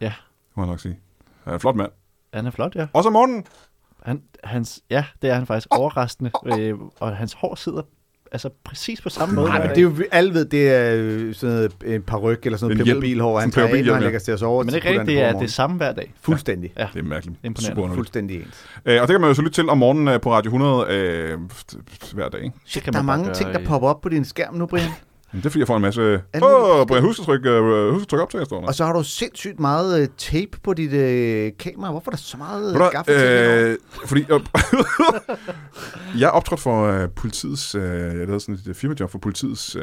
Speaker 3: Ja.
Speaker 1: Det må jeg nok sige. Han er en flot mand.
Speaker 3: Han er flot, ja.
Speaker 1: Også om morgenen.
Speaker 3: Han, hans, ja, det er han faktisk overraskende. Øh, og hans hår sidder altså præcis på samme måde.
Speaker 2: Nej,
Speaker 3: hver
Speaker 2: men
Speaker 3: dag.
Speaker 2: det er jo, alle ved, det er øh, sådan noget, en paryk eller sådan
Speaker 1: En
Speaker 2: noget
Speaker 1: hjelm.
Speaker 2: pimmelbilhår, han
Speaker 1: Sådan en
Speaker 2: tager af, når
Speaker 1: pimmelbilhjelm,
Speaker 2: han
Speaker 1: ja.
Speaker 2: lægger sig over.
Speaker 3: men det er rigtigt, det er det samme hver dag.
Speaker 2: Fuldstændig.
Speaker 3: Ja,
Speaker 1: Det er mærkeligt.
Speaker 3: Imponerende.
Speaker 1: Super underligt.
Speaker 2: Fuldstændig ens.
Speaker 1: Øh, og det kan man jo så lytte til om morgenen øh, på Radio 100 øh, hver dag, ikke?
Speaker 3: det
Speaker 2: Shit, der er mange ting, der popper op på din skærm nu, Brian.
Speaker 1: Men det er fordi, jeg får en masse...
Speaker 2: muligt
Speaker 1: Åh, oh, Brian, husk at trykke, øh, husk at trykke op til, jeg står der.
Speaker 2: Og så har du sindssygt meget øh, tape på dit øh, kamera. Hvorfor er der så meget
Speaker 1: Ved du
Speaker 2: øh,
Speaker 1: hvad,
Speaker 2: gaffel til øh...
Speaker 1: øh, fordi jeg, jeg optrådte for øh, politiets, øh, jeg lavede sådan et øh, firmajob for politiets øh,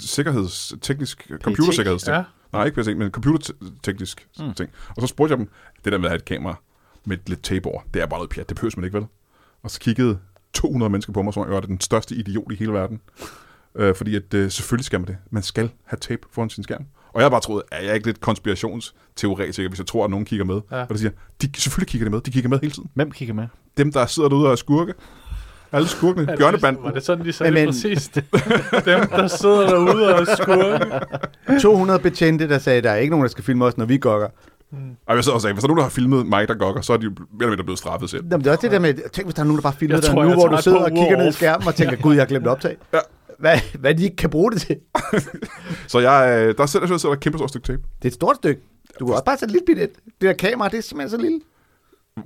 Speaker 1: sikkerheds, teknisk, computersikkerhedsting.
Speaker 4: Ja.
Speaker 1: Nej, ikke PST, men computerteknisk mm. ting. Og så spurgte jeg dem, det der med at have et kamera med lidt tape over, det er bare noget pjat, det behøves man ikke, vel? Og så kiggede 200 mennesker på mig, som om jeg var den største idiot i hele verden. Øh, fordi at øh, selvfølgelig skal man det. Man skal have tape foran sin skærm. Og jeg har bare troet, at jeg er ikke lidt konspirationsteoretiker, hvis jeg tror, at nogen kigger med.
Speaker 4: Ja.
Speaker 1: Ja. Og der siger, de, selvfølgelig kigger de med. De kigger med hele tiden.
Speaker 3: Hvem kigger med?
Speaker 1: Dem, der sidder derude og er skurke. Alle skurkene.
Speaker 4: Er ligesom, det-
Speaker 1: Bjørnebanden.
Speaker 4: Var det sådan, de sagde
Speaker 2: Men-
Speaker 4: men, præcis? Dem, der sidder derude og skurker.
Speaker 2: dig? 200 betjente, der sagde, der er ikke nogen, der skal filme os, når vi gokker.
Speaker 1: Og jeg sad og sagde, hvis der er nogen, der har filmet mig, der gokker, så er de jo mere eller mindre blevet straffet selv.
Speaker 2: Jamen, det er også det der med, tænk hvis der er nogen, der bare filmer
Speaker 4: Jeg
Speaker 2: dig
Speaker 4: tror,
Speaker 2: nu,
Speaker 4: jeg
Speaker 2: hvor
Speaker 4: tager
Speaker 2: du
Speaker 4: et
Speaker 2: sidder
Speaker 4: par
Speaker 2: og
Speaker 4: uger
Speaker 2: kigger ned i
Speaker 4: off.
Speaker 2: skærmen og tænker, gud, jeg har glemt at optage.
Speaker 1: Ja.
Speaker 2: Hvad, hvad de ikke kan bruge det til.
Speaker 1: Så jeg, øh, der sidder, der sidder et kæmpe stort stykke tape.
Speaker 2: Det er et stort stykke. Du kan også bare tage et lille bit ind. Det der kamera, det er simpelthen så lille.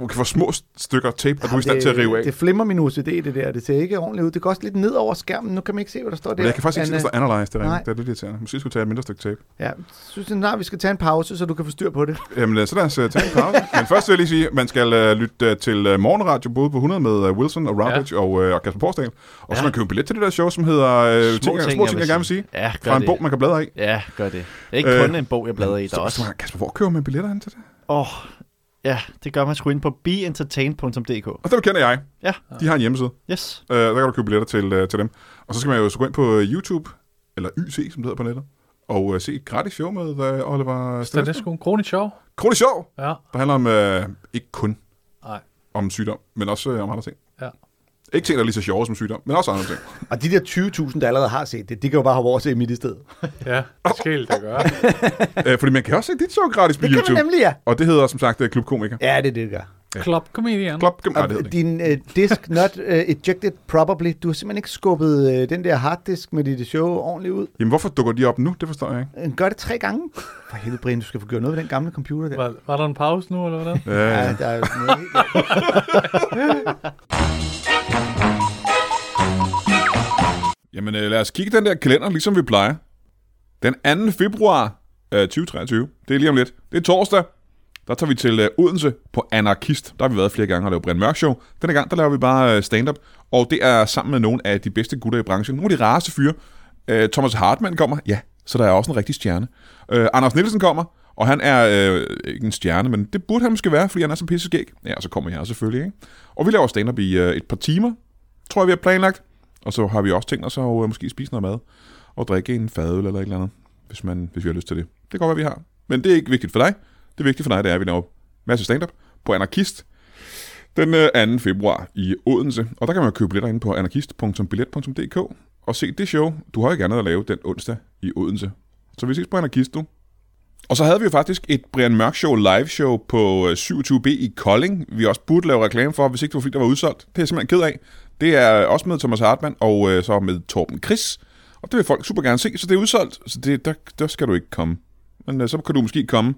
Speaker 1: Du kan få små stykker tape, og du er i stand
Speaker 2: det,
Speaker 1: til at rive af.
Speaker 2: Det flimmer min OCD, det der. Det ser ikke ordentligt ud. Det går også lidt ned over skærmen. Nu kan man ikke se, hvad der står der.
Speaker 1: Men jeg kan faktisk ikke se, at der
Speaker 2: Anna.
Speaker 1: står analyze det
Speaker 2: Nej.
Speaker 1: der. Det er lidt irriterende. Måske skulle jeg tage et mindre stykke tape.
Speaker 2: Ja, synes jeg, nej, vi skal tage en pause, så du kan få styr på det.
Speaker 1: Jamen, øh, så lad os øh, tage en pause. Men først vil jeg lige sige, at man skal øh, lytte øh, til øh, morgenradio både på 100 med øh, Wilson og Routledge ja. og, øh, og Kasper Porsdal. Og så
Speaker 3: Ja.
Speaker 1: kan man købe billet til det der show, som hedder øh, små, ting, små ting, jeg gerne vil sige.
Speaker 3: Ja, gør
Speaker 1: Fra en
Speaker 3: det.
Speaker 1: bog, man kan bladre i.
Speaker 3: Ja, gør det. Det er ikke
Speaker 1: Øh,
Speaker 3: kun en bog, jeg bladrer i, der er
Speaker 1: Så,
Speaker 3: også...
Speaker 1: så, Kasper, hvor køber man billetter hen til det?
Speaker 3: Åh, oh, ja, det gør man sgu ind på beentertain.dk.
Speaker 1: Og dem kender jeg.
Speaker 3: Ja,
Speaker 1: De har en hjemmeside.
Speaker 3: yes.
Speaker 1: Øh, der kan du købe billetter til, øh, til dem. Og så skal man jo så gå ind på øh, YouTube, eller YC, som det hedder på nettet, og øh, se et gratis show med øh, Oliver
Speaker 4: Så det er
Speaker 1: Stanesco.
Speaker 4: sgu en krone sjov.
Speaker 1: Krone Show,
Speaker 4: Ja.
Speaker 1: der handler om øh, ikke kun
Speaker 4: Nej.
Speaker 1: om sygdom, men også øh, om andre ting.
Speaker 4: Ja.
Speaker 1: Ikke ting, der er lige så sjove som sygdom, men også andre ting.
Speaker 2: Og de der 20.000, der allerede har set det, de kan jo bare hoppe over og se mit i stedet.
Speaker 4: Ja, det skal det gøre.
Speaker 1: Æ, Øh, fordi man kan også se dit show gratis på
Speaker 2: Det kan
Speaker 1: YouTube.
Speaker 2: man nemlig, ja.
Speaker 1: Og det hedder som sagt øh, Klub Komiker.
Speaker 2: Ja, det er det, det gør.
Speaker 1: Ja.
Speaker 4: Club Comedian.
Speaker 1: Klop, nej, det hedder
Speaker 2: Og
Speaker 1: det ikke.
Speaker 2: din uh, disk not uh, ejected probably. Du har simpelthen ikke skubbet uh, den der harddisk med dit show ordentligt ud.
Speaker 1: Jamen, hvorfor dukker de op nu? Det forstår jeg ikke.
Speaker 2: Øh, Gør det tre gange. For helvede, Brian, du skal få gjort noget ved den gamle computer der.
Speaker 4: Var, var der en pause nu, eller hvad?
Speaker 1: Ja, ja.
Speaker 2: Ja, der er jo noget helt galt.
Speaker 1: Jamen, øh, lad os kigge den der kalender, ligesom vi plejer. Den 2. februar øh, 2023, det er lige om lidt. Det er torsdag. Der tager vi til øh, Odense på Anarkist. Der har vi været flere gange og lavet Brian Mørk Show. Denne gang, der laver vi bare øh, stand-up. Og det er sammen med nogle af de bedste gutter i branchen. Nogle af de rareste fyre. Øh, Thomas Hartmann kommer. Ja, så der er også en rigtig stjerne. Øh, Anders Nielsen kommer. Og han er øh, ikke en stjerne, men det burde han måske være, fordi han er så pisseskæg. Ja, og så kommer jeg selvfølgelig, ikke? Og vi laver stand-up i øh, et par timer, tror jeg, vi har planlagt. Og så har vi også tænkt os at øh, måske spise noget mad og drikke en fadøl eller et eller andet, hvis, man, hvis vi har lyst til det. Det kan godt være, vi har. Men det er ikke vigtigt for dig. Det vigtige for dig, det er, at vi laver masse stand-up på Anarkist den øh, 2. februar i Odense. Og der kan man jo købe billetter inde på anarkist.billet.dk og se det show. Du har ikke andet at lave den onsdag i Odense. Så vi ses på Anarkist nu. Og så havde vi jo faktisk et Brian Mørk Show live show på øh, 27B i Kolding. Vi også burde lave reklame for, hvis ikke det var fordi, der var udsolgt. Det er jeg simpelthen ked af. Det er også med Thomas Hartmann og øh, så med Torben Chris. Og det vil folk super gerne se, så det er udsolgt. Så det, der, der skal du ikke komme. Men øh, så kan du måske komme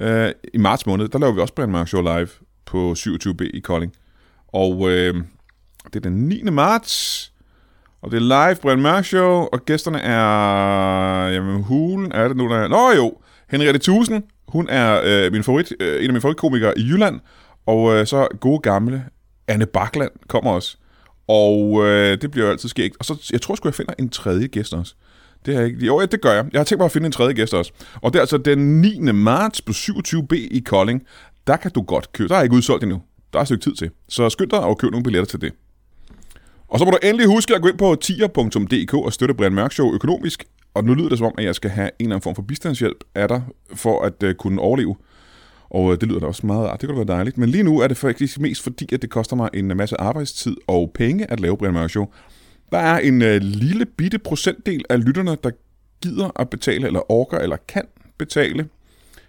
Speaker 1: øh, i marts måned. Der laver vi også Brian Mørk Show live på 27B i Kolding. Og øh, det er den 9. marts. Og det er live Brian Mørk Show, og gæsterne er... Jamen, hulen er det nu, der er... Nå jo, Henriette Tusen, hun er øh, min favorit, øh, en af mine favoritkomikere i Jylland. Og øh, så gode gamle Anne Bakland kommer også. Og øh, det bliver jo altid skægt. Og så, jeg tror sgu, jeg finder en tredje gæst også. Det har jeg ikke... Jo, ja, det gør jeg. Jeg har tænkt mig at finde en tredje gæst også. Og det er altså den 9. marts på 27B i Kolding. Der kan du godt købe. Der er ikke udsolgt endnu. Der er et stykke tid til. Så skynd dig og køb nogle billetter til det. Og så må du endelig huske at gå ind på tier.dk og støtte Brian Mørk Show økonomisk. Og nu lyder det som om, at jeg skal have en eller anden form for bistandshjælp af dig, for at øh, kunne overleve. Og øh, det lyder da også meget rart. Det kunne da være dejligt. Men lige nu er det faktisk mest fordi, at det koster mig en masse arbejdstid og penge at lave Brian Mørk Show. Der er en øh, lille bitte procentdel af lytterne, der gider at betale, eller orker, eller kan betale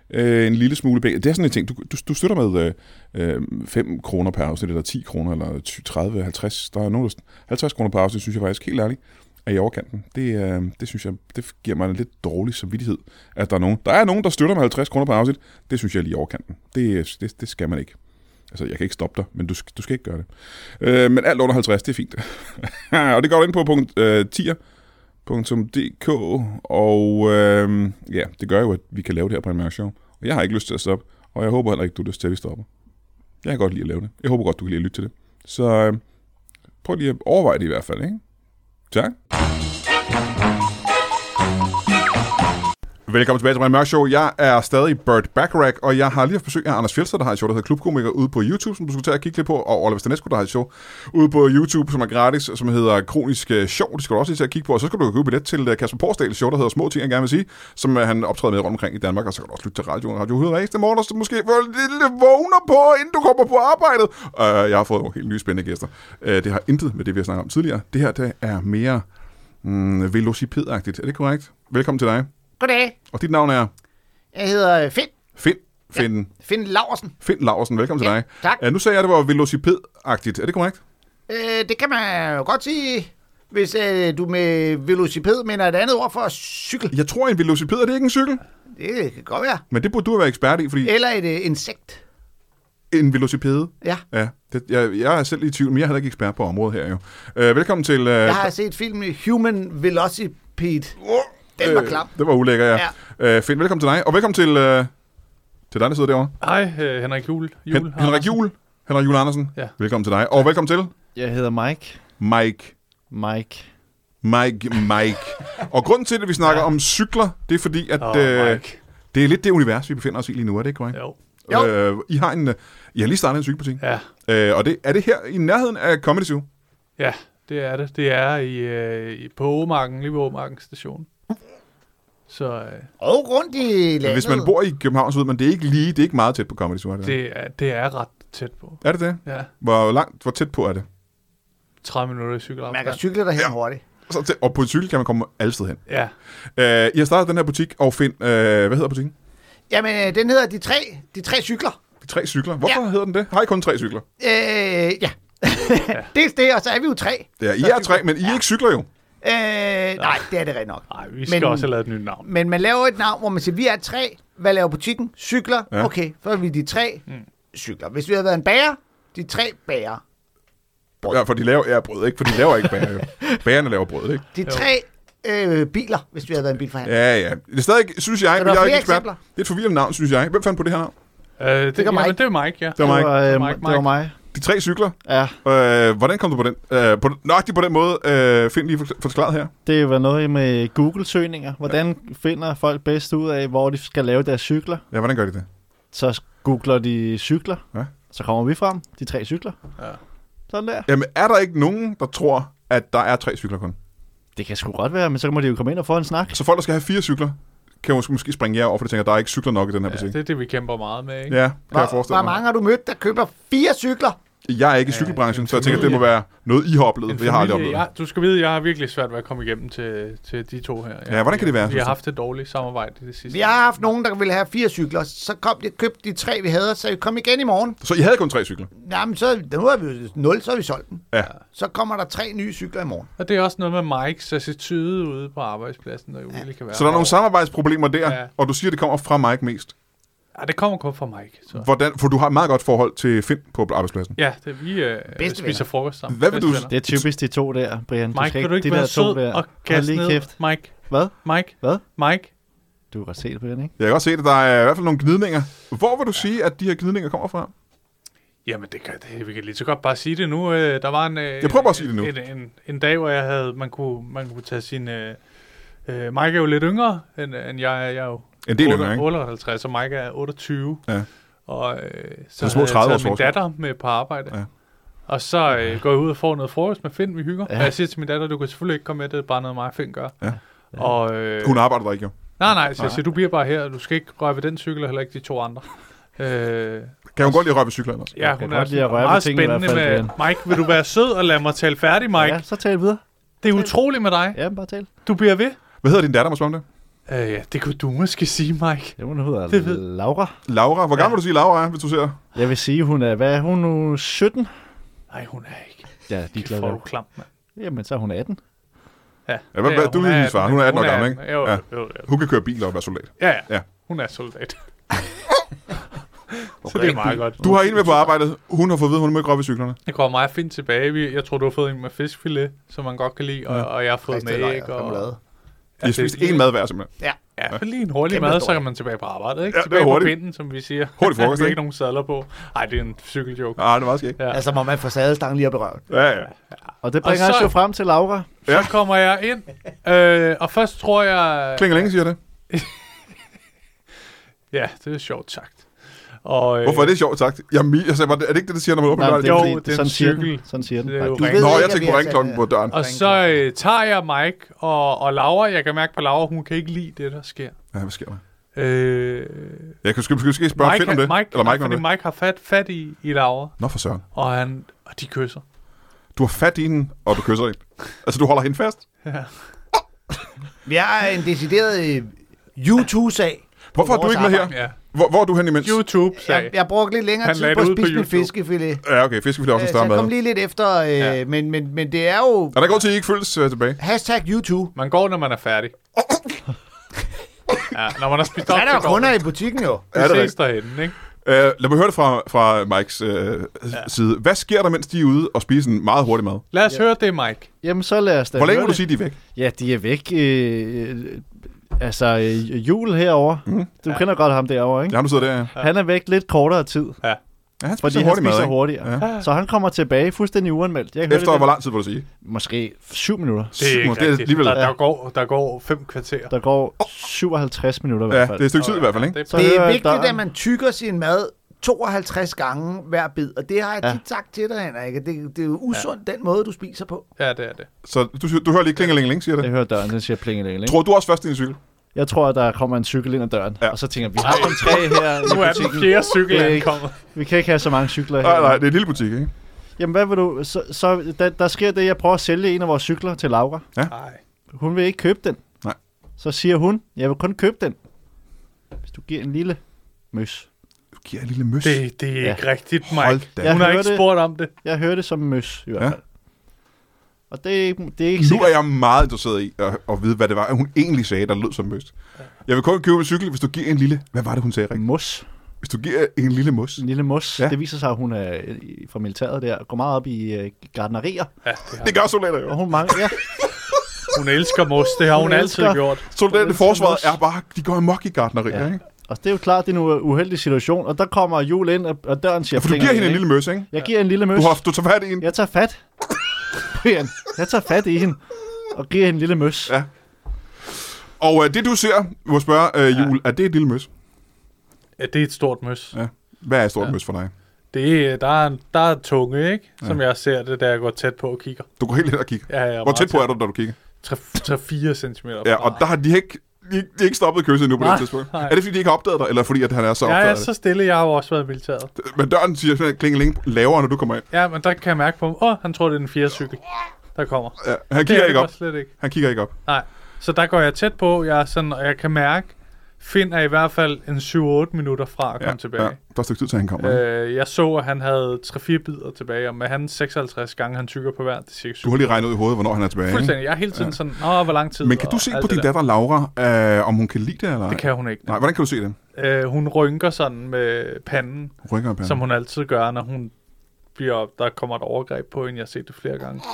Speaker 1: øh, en lille smule penge. Det er sådan en ting, du, du, du støtter med øh, øh, 5 kroner per afsnit, eller 10 kroner, eller 20, 30, 50. Der er nogen, der, 50 kroner per afsnit, synes jeg faktisk helt ærligt, er i overkanten. Det, øh, det synes jeg, det giver mig en lidt dårlig samvittighed, at der er nogen, der er nogen, der støtter med 50 kroner per afsnit. Det synes jeg er lige i overkanten. Det, det, det skal man ikke. Altså, jeg kan ikke stoppe dig, men du, sk- du skal ikke gøre det. Øh, men alt under 50, det er fint. og det går du ind på punkt øh, 10'er. .dk, og øh, ja, det gør jo, at vi kan lave det her på en show. Og jeg har ikke lyst til at stoppe, og jeg håber heller ikke, du har lyst til, at vi stopper. Jeg kan godt lide at lave det. Jeg håber godt, du kan lide at lytte til det. Så øh, prøv lige at overveje det i hvert fald, ikke? Tak. Velkommen tilbage til Brian Mørk Show. Jeg er stadig Bert Bacharach, og jeg har lige haft besøg af Anders Fjeldsted, der har et show, der hedder Klubkomiker, ude på YouTube, som du skulle tage og kigge lidt på, og Oliver Stanesco, der har et show ude på YouTube, som er gratis, som hedder Kronisk øh, Show. Det skal du også lige til at kigge på, og så skal du købe billet til øh, Kasper Porsdals show, der hedder Små ting, jeg gerne vil sige, som øh, han optræder med rundt omkring i Danmark, og så kan du også lytte til radioen. Radio Hyd hver eneste morgen, og så måske få en lille vågner på, inden du kommer på arbejdet. Uh, jeg har fået nogle helt nye spændende gæster. Uh, det har intet med det, vi har snakket om tidligere. Det her, det er mere mm, velocipedagtigt. Er det korrekt? Velkommen til dig.
Speaker 2: Goddag,
Speaker 1: Og dit navn er
Speaker 2: jeg hedder øh, Finn.
Speaker 1: Finn. Finn, ja.
Speaker 2: Finn Laursen.
Speaker 1: Finn Laursen, velkommen til
Speaker 2: Ja,
Speaker 1: dig.
Speaker 2: tak.
Speaker 1: Uh, nu sagde jeg, at det var velocipedagtigt. Er det korrekt?
Speaker 2: Øh, det kan man jo godt sige, hvis øh, du med velociped mener et andet ord for cykel.
Speaker 1: Jeg tror, en velociped er det ikke en cykel,
Speaker 2: Det kan godt være.
Speaker 1: men det burde du være ekspert i, fordi
Speaker 2: Eller et øh, insekt.
Speaker 1: en velocipede,
Speaker 2: Ja.
Speaker 1: ja, det, jeg, jeg er selv i tvivl, men jeg er heller ikke ekspert på området her jo. Uh, velkommen til... Uh,
Speaker 2: Jeg har set filmen Human Velocipede. Den
Speaker 1: Øh.
Speaker 2: var klam.
Speaker 1: Det var ulækker, ja. ja. Uh, Finn, velkommen til dig, og velkommen til, uh, til dig, der sidder derovre.
Speaker 4: Hej, øh, Henrik Juhl. Juhl
Speaker 1: Hen- Henrik Juhl. Henrik Juhl Andersen,
Speaker 4: Ja.
Speaker 1: velkommen til dig. Og velkommen til
Speaker 3: Jeg hedder Mike.
Speaker 1: Mike
Speaker 3: Mike.
Speaker 1: Mike, Mike. og grunden til, at vi snakker ja. om cykler, det er fordi, at
Speaker 4: Åh,
Speaker 1: øh,
Speaker 4: Mike.
Speaker 1: det er lidt det univers, vi befinder os i lige nu, er det ikke korrekt?
Speaker 4: Jo.
Speaker 2: Jo.
Speaker 1: Øh, I har en, øh, I har lige startet en cykelbutik,
Speaker 4: Ja.
Speaker 1: øh, og det, er det her i nærheden af Comedy Zoo?
Speaker 4: ja, det er det. Det er i, øh, i- på Åmarken, lige ved Åmarken station. Så øh,
Speaker 2: Og rundt i landet.
Speaker 1: Hvis man bor i København, så ved man, det er ikke lige, det er ikke meget tæt på Comedy Zoo, er det? det.
Speaker 4: det, er, det er ret tæt på.
Speaker 1: Er det det?
Speaker 4: Ja,
Speaker 1: Hvor langt, hvor tæt på er det?
Speaker 4: 30 minutter i
Speaker 2: Man kan
Speaker 4: cykelafstand.
Speaker 2: cykle derhen ja. hurtigt.
Speaker 1: Så tæt, og på en cykel kan man komme alle steder hen.
Speaker 4: Ja,
Speaker 1: Øh, I har startet den her butik, og find, øh, hvad hedder butikken?
Speaker 2: Jamen, øh, den hedder De Tre, de tre Cykler.
Speaker 1: De Tre cykler. Hvorfor ja. hedder den det? Har I kun tre cykler?
Speaker 2: Øh, ja. Dels det, og så er vi jo tre.
Speaker 1: Ja, I er tre, men I er ikke cykler jo.
Speaker 2: Øh, nej, det er det rent nok.
Speaker 4: Nej, vi skal men, også have lavet et nyt navn.
Speaker 2: Men man laver et navn, hvor man siger, vi er tre. Hvad laver butikken? Cykler.
Speaker 1: Ja.
Speaker 2: Ja. Okay, så er vi de tre mm. cykler. Hvis vi havde været en bager, de tre bager.
Speaker 1: Ja, for de laver ja, brød, ikke? For de laver ikke bager jo. Bagerne laver brød, ikke?
Speaker 2: De tre øh, biler, hvis vi havde været en bilforhandler.
Speaker 1: Ja, ja. Det er stadig, synes jeg,
Speaker 2: Så
Speaker 1: men
Speaker 2: der
Speaker 1: jeg
Speaker 2: er
Speaker 1: er ikke ekspert.
Speaker 2: flere eksempler?
Speaker 1: Det er et forvirrende navn, synes jeg. Hvem fandt på det her navn?
Speaker 4: Øh, det, det,
Speaker 2: gør
Speaker 4: jamen,
Speaker 2: Mike.
Speaker 4: det er Mike, ja.
Speaker 1: Det var mig.
Speaker 3: Det var, øh,
Speaker 4: Mike,
Speaker 3: Det var
Speaker 4: Mike.
Speaker 3: mig.
Speaker 1: De tre cykler.
Speaker 3: Ja,
Speaker 1: Øh, hvordan kom du på den? Øh, på, den- nøjagtigt på den måde, øh, find lige for- forklaret her.
Speaker 3: det var noget med Google-søgninger. Hvordan finder folk bedst ud af, hvor de skal lave deres cykler?
Speaker 1: Ja, hvordan gør de det?
Speaker 3: Så googler de cykler.
Speaker 1: Ja.
Speaker 3: Så kommer vi frem, de tre cykler.
Speaker 4: Ja.
Speaker 3: Sådan der.
Speaker 1: Jamen, er der ikke nogen, der tror, at der er tre cykler kun?
Speaker 3: Det kan sgu godt være, men så må de jo komme ind og få en snak.
Speaker 1: Så folk, der skal have fire cykler, kan jo måske- måske springe jer over, for de tænker, at der er ikke cykler nok i den her butik.
Speaker 4: Det er det, vi kæmper meget med, ikke?
Speaker 1: Ja, kan jeg
Speaker 2: Hvor, hvor
Speaker 1: forestille mig.
Speaker 2: mange har du mødt, der køber fire cykler?
Speaker 1: Jeg er ikke i cykelbranchen, så jeg tænker, at det må være noget, I har oplevet,
Speaker 4: En
Speaker 1: for jeg har aldrig
Speaker 4: familie-
Speaker 1: oplevet det.
Speaker 4: jeg, Du skal vide, jeg har virkelig svært ved at komme igennem til, til de to her.
Speaker 1: Ja, hvordan kan det være,
Speaker 4: Vi
Speaker 1: synes
Speaker 4: har
Speaker 1: du?
Speaker 4: haft et dårligt samarbejde i det sidste.
Speaker 2: Vi har haft nogen, der ville have fire cykler. Så kom de og købte de tre, vi havde, og sagde, kom igen i morgen.
Speaker 1: Så I havde kun tre cykler?
Speaker 2: Jamen, så, nu er vi jo nul, så har vi solgt den.
Speaker 1: Ja.
Speaker 2: Så kommer der tre nye cykler i morgen.
Speaker 4: Og det er også noget med Mikes attitude ude på arbejdspladsen, der jo virkelig kan være.
Speaker 1: Så der er nogle
Speaker 4: hård.
Speaker 1: samarbejdsproblemer der,
Speaker 4: Ja.
Speaker 1: og du siger, at det kommer fra Mike mest.
Speaker 4: Ja, det kommer kun fra Mike. Så.
Speaker 1: Hvordan, for du har et meget godt forhold til Finn på arbejdspladsen.
Speaker 4: Ja, det er vi øh,
Speaker 2: Bedste
Speaker 4: spiser
Speaker 2: venner.
Speaker 4: frokost sammen.
Speaker 1: Hvad vil
Speaker 4: Bedste
Speaker 1: du-
Speaker 4: venner.
Speaker 3: Det er typisk de to der, Brian. Du
Speaker 4: Mike,
Speaker 3: skal
Speaker 4: vil du ikke
Speaker 3: de
Speaker 4: være
Speaker 3: der
Speaker 4: sød
Speaker 3: to der.
Speaker 4: og
Speaker 3: Hold
Speaker 4: kaste
Speaker 3: lige
Speaker 4: ned?
Speaker 3: kæft.
Speaker 4: Mike,
Speaker 3: Hvad?
Speaker 4: Mike,
Speaker 3: Hvad?
Speaker 4: Mike.
Speaker 3: Du har set, Brian, ikke?
Speaker 1: Jeg kan godt se, at der er i hvert fald nogle gnidninger. Hvor vil du sige, at de her gnidninger kommer fra?
Speaker 4: Jamen, det kan, det, vi kan lige så godt bare sige det nu. Øh, Der var en, øh,
Speaker 1: Jeg prøver bare at sige det nu.
Speaker 4: En, en, en dag, hvor jeg havde, man kunne, man kunne tage sin... Øh, øh, Mike er jo lidt yngre, end, end jeg er. Jeg er jo
Speaker 1: En del yngre, ikke?
Speaker 4: 58, og Mike er 28.
Speaker 1: Ja.
Speaker 4: Og øh,
Speaker 1: er
Speaker 4: så
Speaker 1: små
Speaker 4: havde
Speaker 1: 30
Speaker 4: jeg
Speaker 1: års
Speaker 4: taget min
Speaker 1: forskel.
Speaker 4: datter med på arbejde.
Speaker 1: Ja.
Speaker 4: Ja. Og så øh, går jeg ud og får noget frokost med Finn, vi hygger.
Speaker 3: Ja.
Speaker 4: Ja. Og jeg siger til min datter, du kan selvfølgelig ikke komme med, det er bare noget mig og Finn gør.
Speaker 1: Ja.
Speaker 4: Og, øh,
Speaker 1: Hun arbejder der ikke, jo.
Speaker 4: Nej, nej, så jeg siger, du bliver bare her, og du skal ikke røre ved den cykel, og heller ikke de to andre. Øh,
Speaker 1: Kan hun godt lide at røre ved cykler ellers?
Speaker 4: ja,
Speaker 3: kan
Speaker 4: hun
Speaker 3: godt lide
Speaker 4: er
Speaker 3: at røre ved
Speaker 4: meget
Speaker 3: tingene i hvert
Speaker 4: spændende med...
Speaker 3: fald,
Speaker 4: Mike, vil du være sød og lade mig tale færdig, Mike?
Speaker 3: Ja, så tal videre.
Speaker 4: Det er utroligt med dig.
Speaker 3: Ja, bare tal.
Speaker 4: Du bliver ved.
Speaker 1: Hvad hedder din datter, må jeg spørge om det?
Speaker 4: Øh, ja, det kunne du måske sige, Mike.
Speaker 3: Det må hun hedder
Speaker 4: Det ved-
Speaker 3: Laura.
Speaker 1: Laura. Hvor gammel vil du sige, Laura er, hvis du ser?
Speaker 3: Jeg vil sige, hun er, hvad er hun nu? 17?
Speaker 4: Nej, hun er ikke.
Speaker 3: Ja, de er
Speaker 4: Det får du
Speaker 3: glade.
Speaker 4: klam, mand.
Speaker 3: Jamen, så er hun 18.
Speaker 4: Ja,
Speaker 1: Ja, hvad- hvad- du
Speaker 4: hun
Speaker 1: er hendes far. Hun er 18 år gammel,
Speaker 4: 18.
Speaker 1: ikke?
Speaker 4: Jo,
Speaker 1: Ja.
Speaker 4: jo, jo, jo.
Speaker 1: Hun kan køre bil og være soldat.
Speaker 4: Ja, ja.
Speaker 1: Ja.
Speaker 4: ja. Hun er soldat. Så det er meget godt.
Speaker 1: Du har en med på arbejdet. Hun har fået at vide, at hun må ikke røre ved cyklerne.
Speaker 4: Det går meget fint tilbage. Vi- Jeg tror, du har fået en med fiskfilet, som man godt kan lide, og, og jeg har fået med
Speaker 2: Ristet løg
Speaker 4: æg.
Speaker 2: og
Speaker 4: Og,
Speaker 2: remoulade.
Speaker 1: Jeg har
Speaker 4: det er
Speaker 1: spist
Speaker 4: lige-
Speaker 1: én mad hver, simpelthen.
Speaker 2: Ja.
Speaker 4: Ja, for lige en hurtig
Speaker 2: Kæmpe
Speaker 4: mad,
Speaker 2: stor.
Speaker 4: så kan man tilbage på arbejdet,
Speaker 1: Ja, det
Speaker 4: ikke?
Speaker 1: er
Speaker 4: tilbage på
Speaker 1: hurtigt.
Speaker 4: pinden, som vi siger.
Speaker 1: Hurtig frokost,
Speaker 4: ikke?
Speaker 1: ikke?
Speaker 4: ikke nogen sadler på. Nej, det er en cykeljoke.
Speaker 1: Nej, Ah, det var det ikke.
Speaker 4: Ja.
Speaker 2: Altså må man få sadelstangen lige op i røven.
Speaker 1: Ja, ja.
Speaker 3: Og det bringer
Speaker 4: Og så-
Speaker 3: os jo frem til Laura.
Speaker 1: Ja.
Speaker 4: Så kommer jeg ind, øh, og først tror jeg...
Speaker 1: Klinger længe, siger det.
Speaker 4: Ja, det er sjovt sagt. Og, øh,
Speaker 1: Hvorfor er det sjovt sagt? Jamen, Mi- jeg sagde bare, er det ikke det, der siger, når man åbner
Speaker 3: Nej,
Speaker 1: døren?
Speaker 3: det er
Speaker 4: Jo,
Speaker 3: fordi,
Speaker 4: det er en
Speaker 3: sådan siger
Speaker 4: cykel.
Speaker 3: den. Sådan siger den.
Speaker 4: Det er jo
Speaker 3: faktisk.
Speaker 2: Jeg ved
Speaker 1: Nå,
Speaker 2: ikke,
Speaker 1: jeg
Speaker 2: at
Speaker 1: tænkte
Speaker 2: vi
Speaker 1: på
Speaker 2: har
Speaker 1: ringklokken
Speaker 2: sat,
Speaker 1: på døren.
Speaker 4: Og så øh, tager jeg Mike og, og Laura. Jeg kan mærke på Laura, hun kan ikke lide det, der sker.
Speaker 1: Ja, hvad sker der?
Speaker 4: Øh,
Speaker 1: Jeg kan måske, måske spørge Finn om det.
Speaker 4: Mike,
Speaker 1: Eller Mike om
Speaker 4: fordi
Speaker 1: det.
Speaker 4: Mike har fat, fat i, i Laura,
Speaker 1: Nå for søren.
Speaker 4: og, han, og de kysser.
Speaker 1: Du har fat i hende, og du kysser hende. Altså, du holder hende fast.
Speaker 2: Vi har en decideret øh, YouTube-sag.
Speaker 1: Hvorfor er du
Speaker 2: vores
Speaker 1: ikke med her?
Speaker 2: arbejde.
Speaker 4: Ja.
Speaker 1: Hvor, hvor er du hen imens?
Speaker 4: YouTube, sagde
Speaker 2: Jeg, jeg brugte lidt længere
Speaker 4: Han
Speaker 2: tid
Speaker 4: lagde
Speaker 2: på at
Speaker 4: det ud på
Speaker 2: spise min
Speaker 4: YouTube.
Speaker 2: fiskefilet.
Speaker 1: Ja, okay. Fiskefilet er også en
Speaker 2: Øh, Så
Speaker 1: større
Speaker 2: jeg
Speaker 1: mad.
Speaker 2: kom lige lidt efter, øh,
Speaker 4: Ja.
Speaker 2: men, men, men det er jo
Speaker 1: Er der ikke grund til, at I ikke følges øh, tilbage?
Speaker 2: hashtag YouTube.
Speaker 4: Man går, når man er færdig. ja, når man har spist
Speaker 2: Der
Speaker 4: op,
Speaker 2: er der
Speaker 4: så
Speaker 2: jo
Speaker 4: går
Speaker 2: kunder
Speaker 4: man.
Speaker 2: i butikken jo.
Speaker 1: Ja, det er
Speaker 4: Vi ses derhenne, ikke?
Speaker 1: Uh, lad mig høre det fra, fra Mikes uh, ja. side. Hvad sker der, mens de er ude og spiser en meget hurtig mad?
Speaker 4: Lad os ja. høre det, Mike.
Speaker 3: Jamen, så lad os da
Speaker 1: Hvor længe
Speaker 3: høre
Speaker 1: vil du
Speaker 3: det.
Speaker 1: sige, de er væk?
Speaker 3: Ja, de er væk. Øh, øh, altså, øh, jul herover. Mm. Du ja. kender godt ham derovre, ikke?
Speaker 1: Ja, du sidder der. ja.
Speaker 3: Ja. Han er væk lidt kortere tid,
Speaker 4: Ja.
Speaker 1: Ja, han
Speaker 3: fordi
Speaker 1: spiser
Speaker 3: han
Speaker 1: hurtig mad,
Speaker 3: spiser
Speaker 1: ikke?
Speaker 3: hurtigere. Ja. Så han kommer tilbage fuldstændig uanmeldt. Jeg hørte
Speaker 1: Efter
Speaker 3: det,
Speaker 1: hvor lang tid, vil du sige?
Speaker 3: Måske 7 minutter.
Speaker 4: Det er ikke
Speaker 1: det er
Speaker 4: rigtigt.
Speaker 1: alligevel...
Speaker 4: der, der, går, der går fem kvarter.
Speaker 3: Der går 57 minutter i
Speaker 1: Ja,
Speaker 3: hvert fald.
Speaker 1: det er et stykke tid i hvert fald, ikke?
Speaker 4: Det
Speaker 3: Så
Speaker 2: Det
Speaker 3: hører
Speaker 2: er
Speaker 3: jeg,
Speaker 2: vigtigt,
Speaker 3: der-
Speaker 2: at man tykker sin mad 52 gange hver bid, og det har jeg
Speaker 3: Ja.
Speaker 2: tit sagt til dig, Henrik. at Det, det er jo usundt, den måde, du spiser på.
Speaker 4: ja, det er det.
Speaker 1: Så du, du hører lige klingelingeling, siger det.
Speaker 3: Jeg hører døren, den siger plingeling, ikke?
Speaker 1: Tror du også først i en cykel?
Speaker 3: Jeg tror, at der kommer en cykel ind ad døren,
Speaker 1: Ja.
Speaker 3: ja. og så tænker jeg, vi har kun tre her
Speaker 4: Nu er
Speaker 3: i
Speaker 4: den
Speaker 3: butikken.
Speaker 4: fjerde cykel
Speaker 3: Det er ikke-
Speaker 4: ankommet.
Speaker 3: Vi kan ikke have så mange cykler her.
Speaker 1: Nej, nej, det er en lille butik, ikke?
Speaker 3: Jamen, hvad vil du? Så, så der, der sker det, jeg prøver at sælge en af vores cykler til Laura.
Speaker 4: Nej.
Speaker 3: Hun vil ikke købe den.
Speaker 1: Nej.
Speaker 3: Så siger hun, jeg vil kun købe den, hvis du giver en lille møs.
Speaker 1: giver en lille møs.
Speaker 4: Det, det er
Speaker 3: Ja.
Speaker 4: ikke rigtigt, Mike.
Speaker 1: Hold da.
Speaker 4: Hun
Speaker 3: Jeg
Speaker 4: har
Speaker 3: hører
Speaker 4: ikke
Speaker 3: det.
Speaker 4: spurgt om det.
Speaker 3: Jeg hører det som møs, i hvert
Speaker 1: Ja.
Speaker 3: fald. Og det, er ikke- det er ikke
Speaker 1: Nu
Speaker 3: sikkert.
Speaker 1: er jeg meget interesseret i at, at vide, hvad det var, hun egentlig sagde, der lød som møst. Jeg vil kun købe en cykel, hvis du giver en lille... Hvad var det, hun sagde, Rik?
Speaker 3: Mos.
Speaker 1: Hvis du giver en lille mos.
Speaker 3: En lille mos.
Speaker 1: Ja.
Speaker 3: Ja. Det viser sig, at hun er øh, fra militæret der. Går meget op i øh, gardnerier.
Speaker 4: Ja, det har.
Speaker 1: Det gør soldater jo.
Speaker 3: Og hun mangler... Ja.
Speaker 4: Hun elsker mos, det har hun,
Speaker 3: Hun
Speaker 4: hun altid
Speaker 3: elsker-
Speaker 4: gjort.
Speaker 1: Soldater i
Speaker 3: elsker
Speaker 1: forsvaret
Speaker 3: mos.
Speaker 1: er bare... De går amok i gardnerier,
Speaker 3: Ja.
Speaker 1: ikke?
Speaker 3: Og det er jo klart, det er en uheldig situation. Og der kommer Jul ind, og- og døren siger...
Speaker 1: For du
Speaker 3: "Pling",
Speaker 1: giver hende en
Speaker 3: ikke?
Speaker 1: lille møs, ikke?
Speaker 3: Jeg giver en lille møs.
Speaker 1: Du, har, du tager fat i en.
Speaker 3: Jeg tager fat. Brian, jeg tager fat i hende. Og giver hende en lille møs.
Speaker 1: Ja. Og øh, det, du ser, må jeg spørge, øh, Jul, er det en lille møs?
Speaker 4: Ja, det er et stort møs.
Speaker 1: Ja. Hvad er et stort møs for dig?
Speaker 4: Det er, der, er, en- der er tunge, ikke? Som jeg ser det, da jeg går tæt på og kigger.
Speaker 1: Du går helt hen og kigger.
Speaker 4: Ja, jeg er
Speaker 1: Hvor tæt på er du, da du kigger?
Speaker 4: 3-4 cm.
Speaker 1: Ja, og der har de ikke, de, de er ikke stoppet kysset endnu på det
Speaker 4: Nej,
Speaker 1: tidspunkt.
Speaker 4: nej.
Speaker 1: Er det, fordi de ikke har opdaget dig, eller fordi, at han er så
Speaker 4: Jeg
Speaker 1: opdaget
Speaker 4: er
Speaker 1: af det?
Speaker 4: så stille, jeg har jo også været i militæret.
Speaker 1: Men døren siger simpelthen klingeling lavere, når du kommer ind.
Speaker 4: Ja, men der kan jeg mærke på ham, åh, oh, han tror, det er den fjerde cykel, der kommer.
Speaker 1: Ja, han
Speaker 4: Det
Speaker 1: kigger
Speaker 4: er
Speaker 1: ikke
Speaker 4: det
Speaker 1: op.
Speaker 4: godt slet ikke.
Speaker 1: Han kigger ikke op.
Speaker 4: Nej, så der går jeg tæt på, jeg er sådan, og jeg kan mærke, Finn er i hvert fald en 7-8 minutter fra at komme tilbage.
Speaker 1: Der er et stykke tid, til han kommer. Øh.
Speaker 4: Øh, jeg så, at han havde 3-4 bidder tilbage, og med han 56 gange, han tykker på hver, det er cirka
Speaker 1: Du
Speaker 4: 7.
Speaker 1: har lige regnet ud i hovedet, hvornår han er tilbage. ikke?
Speaker 4: Fuldstændig. Jeg er hele tiden sådan, åh, hvor lang tid.
Speaker 1: Men kan du
Speaker 4: og
Speaker 1: se
Speaker 4: alt
Speaker 1: på din
Speaker 4: det der.
Speaker 1: datter Laura, øh, om hun kan lide det eller
Speaker 4: Det kan hun ikke.
Speaker 1: Nej, hvordan kan du se det?
Speaker 4: Øh, hun rynker sådan med panden,
Speaker 1: Hun Rykker op
Speaker 4: ja. som hun altid gør, når hun bliver, der kommer et overgreb på hende. Jeg har set det flere gange.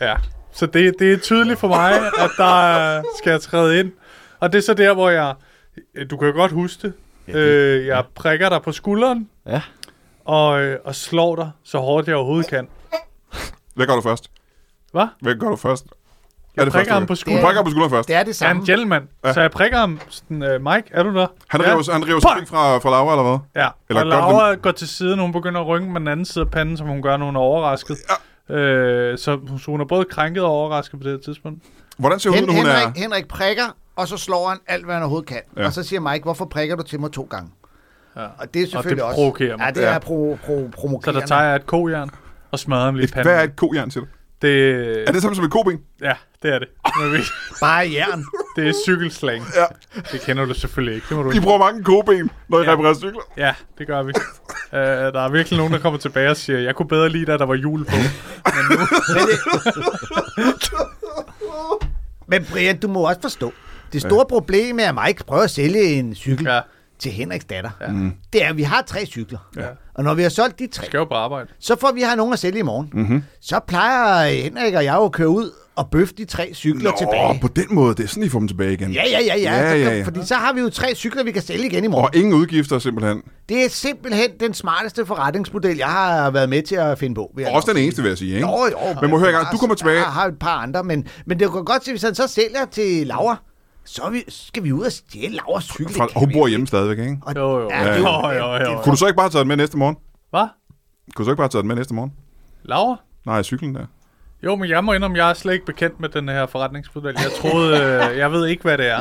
Speaker 4: ja, så det, det er tydeligt for mig, at der øh, skal jeg træde ind. Og det er så der, hvor jeg... øh, Du kan jo godt huske det. Øh, jeg prikker dig på skulderen
Speaker 3: Ja.
Speaker 4: og, øh, og slår dig så hårdt, jeg overhovedet kan.
Speaker 1: Hvad gør du først?
Speaker 4: Hvad?
Speaker 1: Hvad gør du først?
Speaker 4: Jeg
Speaker 1: Er det
Speaker 4: prikker
Speaker 1: første,
Speaker 4: ham
Speaker 1: du-
Speaker 4: på skulderen.
Speaker 1: Du prikker ham på skulderen først.
Speaker 2: Det er det
Speaker 4: Jeg er
Speaker 2: samme.
Speaker 4: en gentleman, ja. så jeg prikker ham. Sådan, øh, Mike, er du der?
Speaker 1: Han river, han river
Speaker 4: Fuck!
Speaker 1: spring fra, fra Laura, eller hvad?
Speaker 4: Ja,
Speaker 1: Eller
Speaker 4: Eller og
Speaker 1: gør
Speaker 4: Laura går til siden, hun begynder at rynke med den anden side af panden, som hun gør, når hun er overrasket. Ja. Øh, så hun- så hun er både krænket og overrasket på det her tidspunkt.
Speaker 1: Hvordan ser hun ud,
Speaker 2: Hen,
Speaker 1: når hun er...
Speaker 2: Henrik, Henrik prikker, og så slår han alt, hvad han overhovedet kan.
Speaker 1: Ja.
Speaker 2: Ja. Og så siger Mike, hvorfor prikker du til mig to gange? Ja. Og det er selvfølgelig også...
Speaker 4: provokerer mig.
Speaker 2: Ja, det
Speaker 1: Ja.
Speaker 2: er pro, pro,
Speaker 4: Så
Speaker 2: provokerende.
Speaker 4: der tager jeg et kojern og smadrer ham lige i
Speaker 1: Et, hvad
Speaker 4: panden.
Speaker 1: er et kojern til dig?
Speaker 4: Det,
Speaker 1: Er det samme som et koben?
Speaker 4: Ja, det er det. Men vi-
Speaker 2: Bare jern.
Speaker 4: det er cykelslang.
Speaker 1: Ja.
Speaker 4: Det kender du selvfølgelig ikke. Det må du
Speaker 1: I
Speaker 4: ikke.
Speaker 1: bruger mange koben, når I reparerer cykler.
Speaker 4: Ja, det gør vi. Øh, der er virkelig nogen, der kommer tilbage og siger, jeg kunne bedre lide dig, der var jul på.
Speaker 2: Men Brian, du må også forstå. Det store ja. problem er, at Mike prøver at sælge en cykel
Speaker 4: Ja.
Speaker 2: ja. til Henriks datter. Ja. Det er, at vi har tre cykler.
Speaker 1: Mm. Ja.
Speaker 2: Og når vi har solgt de tre,
Speaker 4: Skal jo på arbejde.
Speaker 2: så får vi have nogen at sælge i morgen.
Speaker 1: Mhm.
Speaker 2: Mm-hmm. Så plejer Henrik og jeg jo at køre ud og bøffe de tre cykler
Speaker 1: Nå,
Speaker 2: tilbage.
Speaker 1: på den måde. Det er sådan, I får dem tilbage igen.
Speaker 2: Ja, ja, ja, ja.
Speaker 1: Ja,
Speaker 2: så kan,
Speaker 1: ja, ja.
Speaker 2: Fordi så har vi jo tre cykler, vi kan sælge igen i
Speaker 1: Og
Speaker 2: morgen.
Speaker 1: ingen udgifter, simpelthen.
Speaker 2: Det er simpelthen den smarteste forretningsmodel, jeg har været med til at finde på. vil jeg
Speaker 1: Og
Speaker 2: nok
Speaker 1: også den eneste, vil jeg sige, ikke?
Speaker 2: Jo, jo.
Speaker 1: Men må jeg høre engang, du kommer tilbage.
Speaker 2: Jeg har et par andre, men, men det kan godt se, hvis han så sælger til Laura, så er vi, skal vi ud og stjæle Lauras cykel.
Speaker 1: Fra,
Speaker 2: det kan
Speaker 1: og hun
Speaker 2: vi
Speaker 1: bor
Speaker 2: ikke.
Speaker 1: hjemme stadigvæk, ikke?
Speaker 2: Og,
Speaker 4: Jo, jo.
Speaker 2: Ja, det er jo-
Speaker 4: Jo, jo, jo.
Speaker 1: Kunne du så ikke bare have taget den med næste morgen?
Speaker 4: Hvad?
Speaker 1: Kunne du så ikke bare have taget den med næste morgen?
Speaker 4: Laura?
Speaker 1: Nej, cyklen der.
Speaker 4: Jo, men jeg må indrømme, jeg er slet ikke bekendt med den her forretningsmodel. Jeg troede, øh, jeg ved ikke, hvad det er.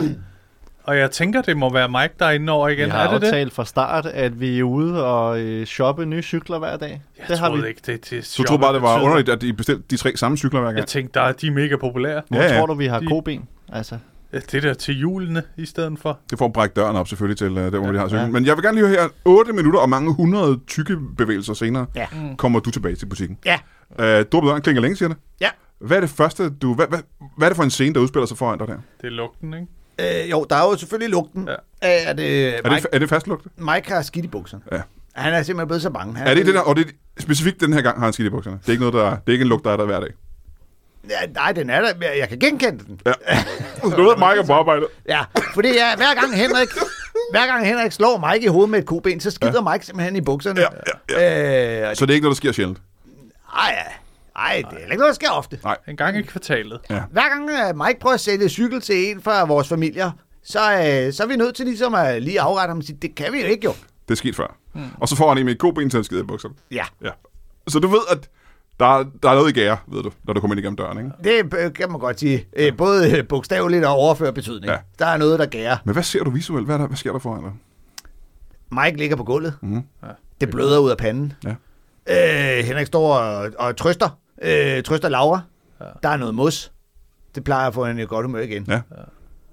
Speaker 4: Og jeg tænker, det må være Mike, der er inde over igen.
Speaker 3: Vi har
Speaker 4: er det det?
Speaker 3: aftalt fra start, at vi er ude og øh, shoppe nye cykler hver dag.
Speaker 4: Jeg
Speaker 3: det har
Speaker 4: troede
Speaker 3: vi.
Speaker 4: ikke, det, det
Speaker 1: Du troede bare, det var underligt, at de bestilte de tre samme cykler hver
Speaker 4: Jeg
Speaker 1: gang.
Speaker 4: tænkte, der, er- de er mega populære.
Speaker 1: Ja,
Speaker 3: Hvor
Speaker 1: ja.
Speaker 3: tror du, vi har
Speaker 4: De-
Speaker 3: koben? Altså,
Speaker 4: Ja, Det der til julene i stedet for.
Speaker 1: Det får brækket døren op selvfølgelig til uh, der, hvor ja, de har cyklen. Men jeg vil gerne lige høre her, 8 minutter og mange hundrede tykke bevægelser senere,
Speaker 2: Ja.
Speaker 1: kommer du tilbage til butikken.
Speaker 2: Ja,
Speaker 1: Uh, du har døren klinger længe, siger det.
Speaker 2: ja.
Speaker 1: Hvad er det første, du... Hvad, hvad, hvad er det for en scene, der udspiller sig foran dig der?
Speaker 4: Det er lugten, ikke?
Speaker 2: Øh, jo, der er jo selvfølgelig lugten
Speaker 4: Ja.
Speaker 2: ja. af, at øh,
Speaker 1: Er det,
Speaker 2: Mike,
Speaker 1: er det fastlugtet?
Speaker 2: Mike har skidt i bukserne.
Speaker 1: Ja.
Speaker 2: Han er simpelthen blevet så bange. Han
Speaker 1: Er det det der... Og det er specifikt den her gang, har han skidt i bukserne. Det er ikke, noget, der, det er ikke en lugt, der er der hver dag.
Speaker 2: Ja, nej, den er der. men Jeg kan genkende den.
Speaker 1: Ja. du ved, Mike er på arbejde.
Speaker 2: Ja, fordi ja, hver gang Henrik... Hver gang Henrik slår Mike i hovedet med et koben, så skider ja. Mike simpelthen i bukserne.
Speaker 1: Ja, ja,
Speaker 2: ja. Øh,
Speaker 1: Så det er ikke noget, der sker sjældent.
Speaker 2: ej, ej, det er ikke noget, der sker ofte.
Speaker 4: En gang i kvartalet.
Speaker 2: Hver gang øh, Mike prøver at sælge cykel til en fra vores familier, så, øh, så er vi nødt til ligesom at lige afrette ham og sige, det kan vi jo ikke jo.
Speaker 1: Det er sket før. Mm. Og så får han en med et god ben til at skide i bukserne.
Speaker 2: Ja,
Speaker 1: Ja. Så du ved, at der, er- der er noget i gære, ved du, når du kommer ind igennem døren, ikke?
Speaker 2: det øh, kan man godt sige. Øh, både øh, bogstaveligt og overført betydning.
Speaker 1: Ja.
Speaker 2: Ja. Der er noget, der gærer.
Speaker 1: Men hvad ser du visuelt? Hvad, er der, hvad sker der foran dig?
Speaker 2: Mike ligger på gulvet.
Speaker 1: Mhm.
Speaker 2: Ja, det bløder ud af panden.
Speaker 1: Ja.
Speaker 2: Øh, Henrik står og, og trøster. Øh, trøster Laura. Ja. Der er noget mos. Det plejer at få hende i godt humør igen.
Speaker 1: Ja.
Speaker 4: Hun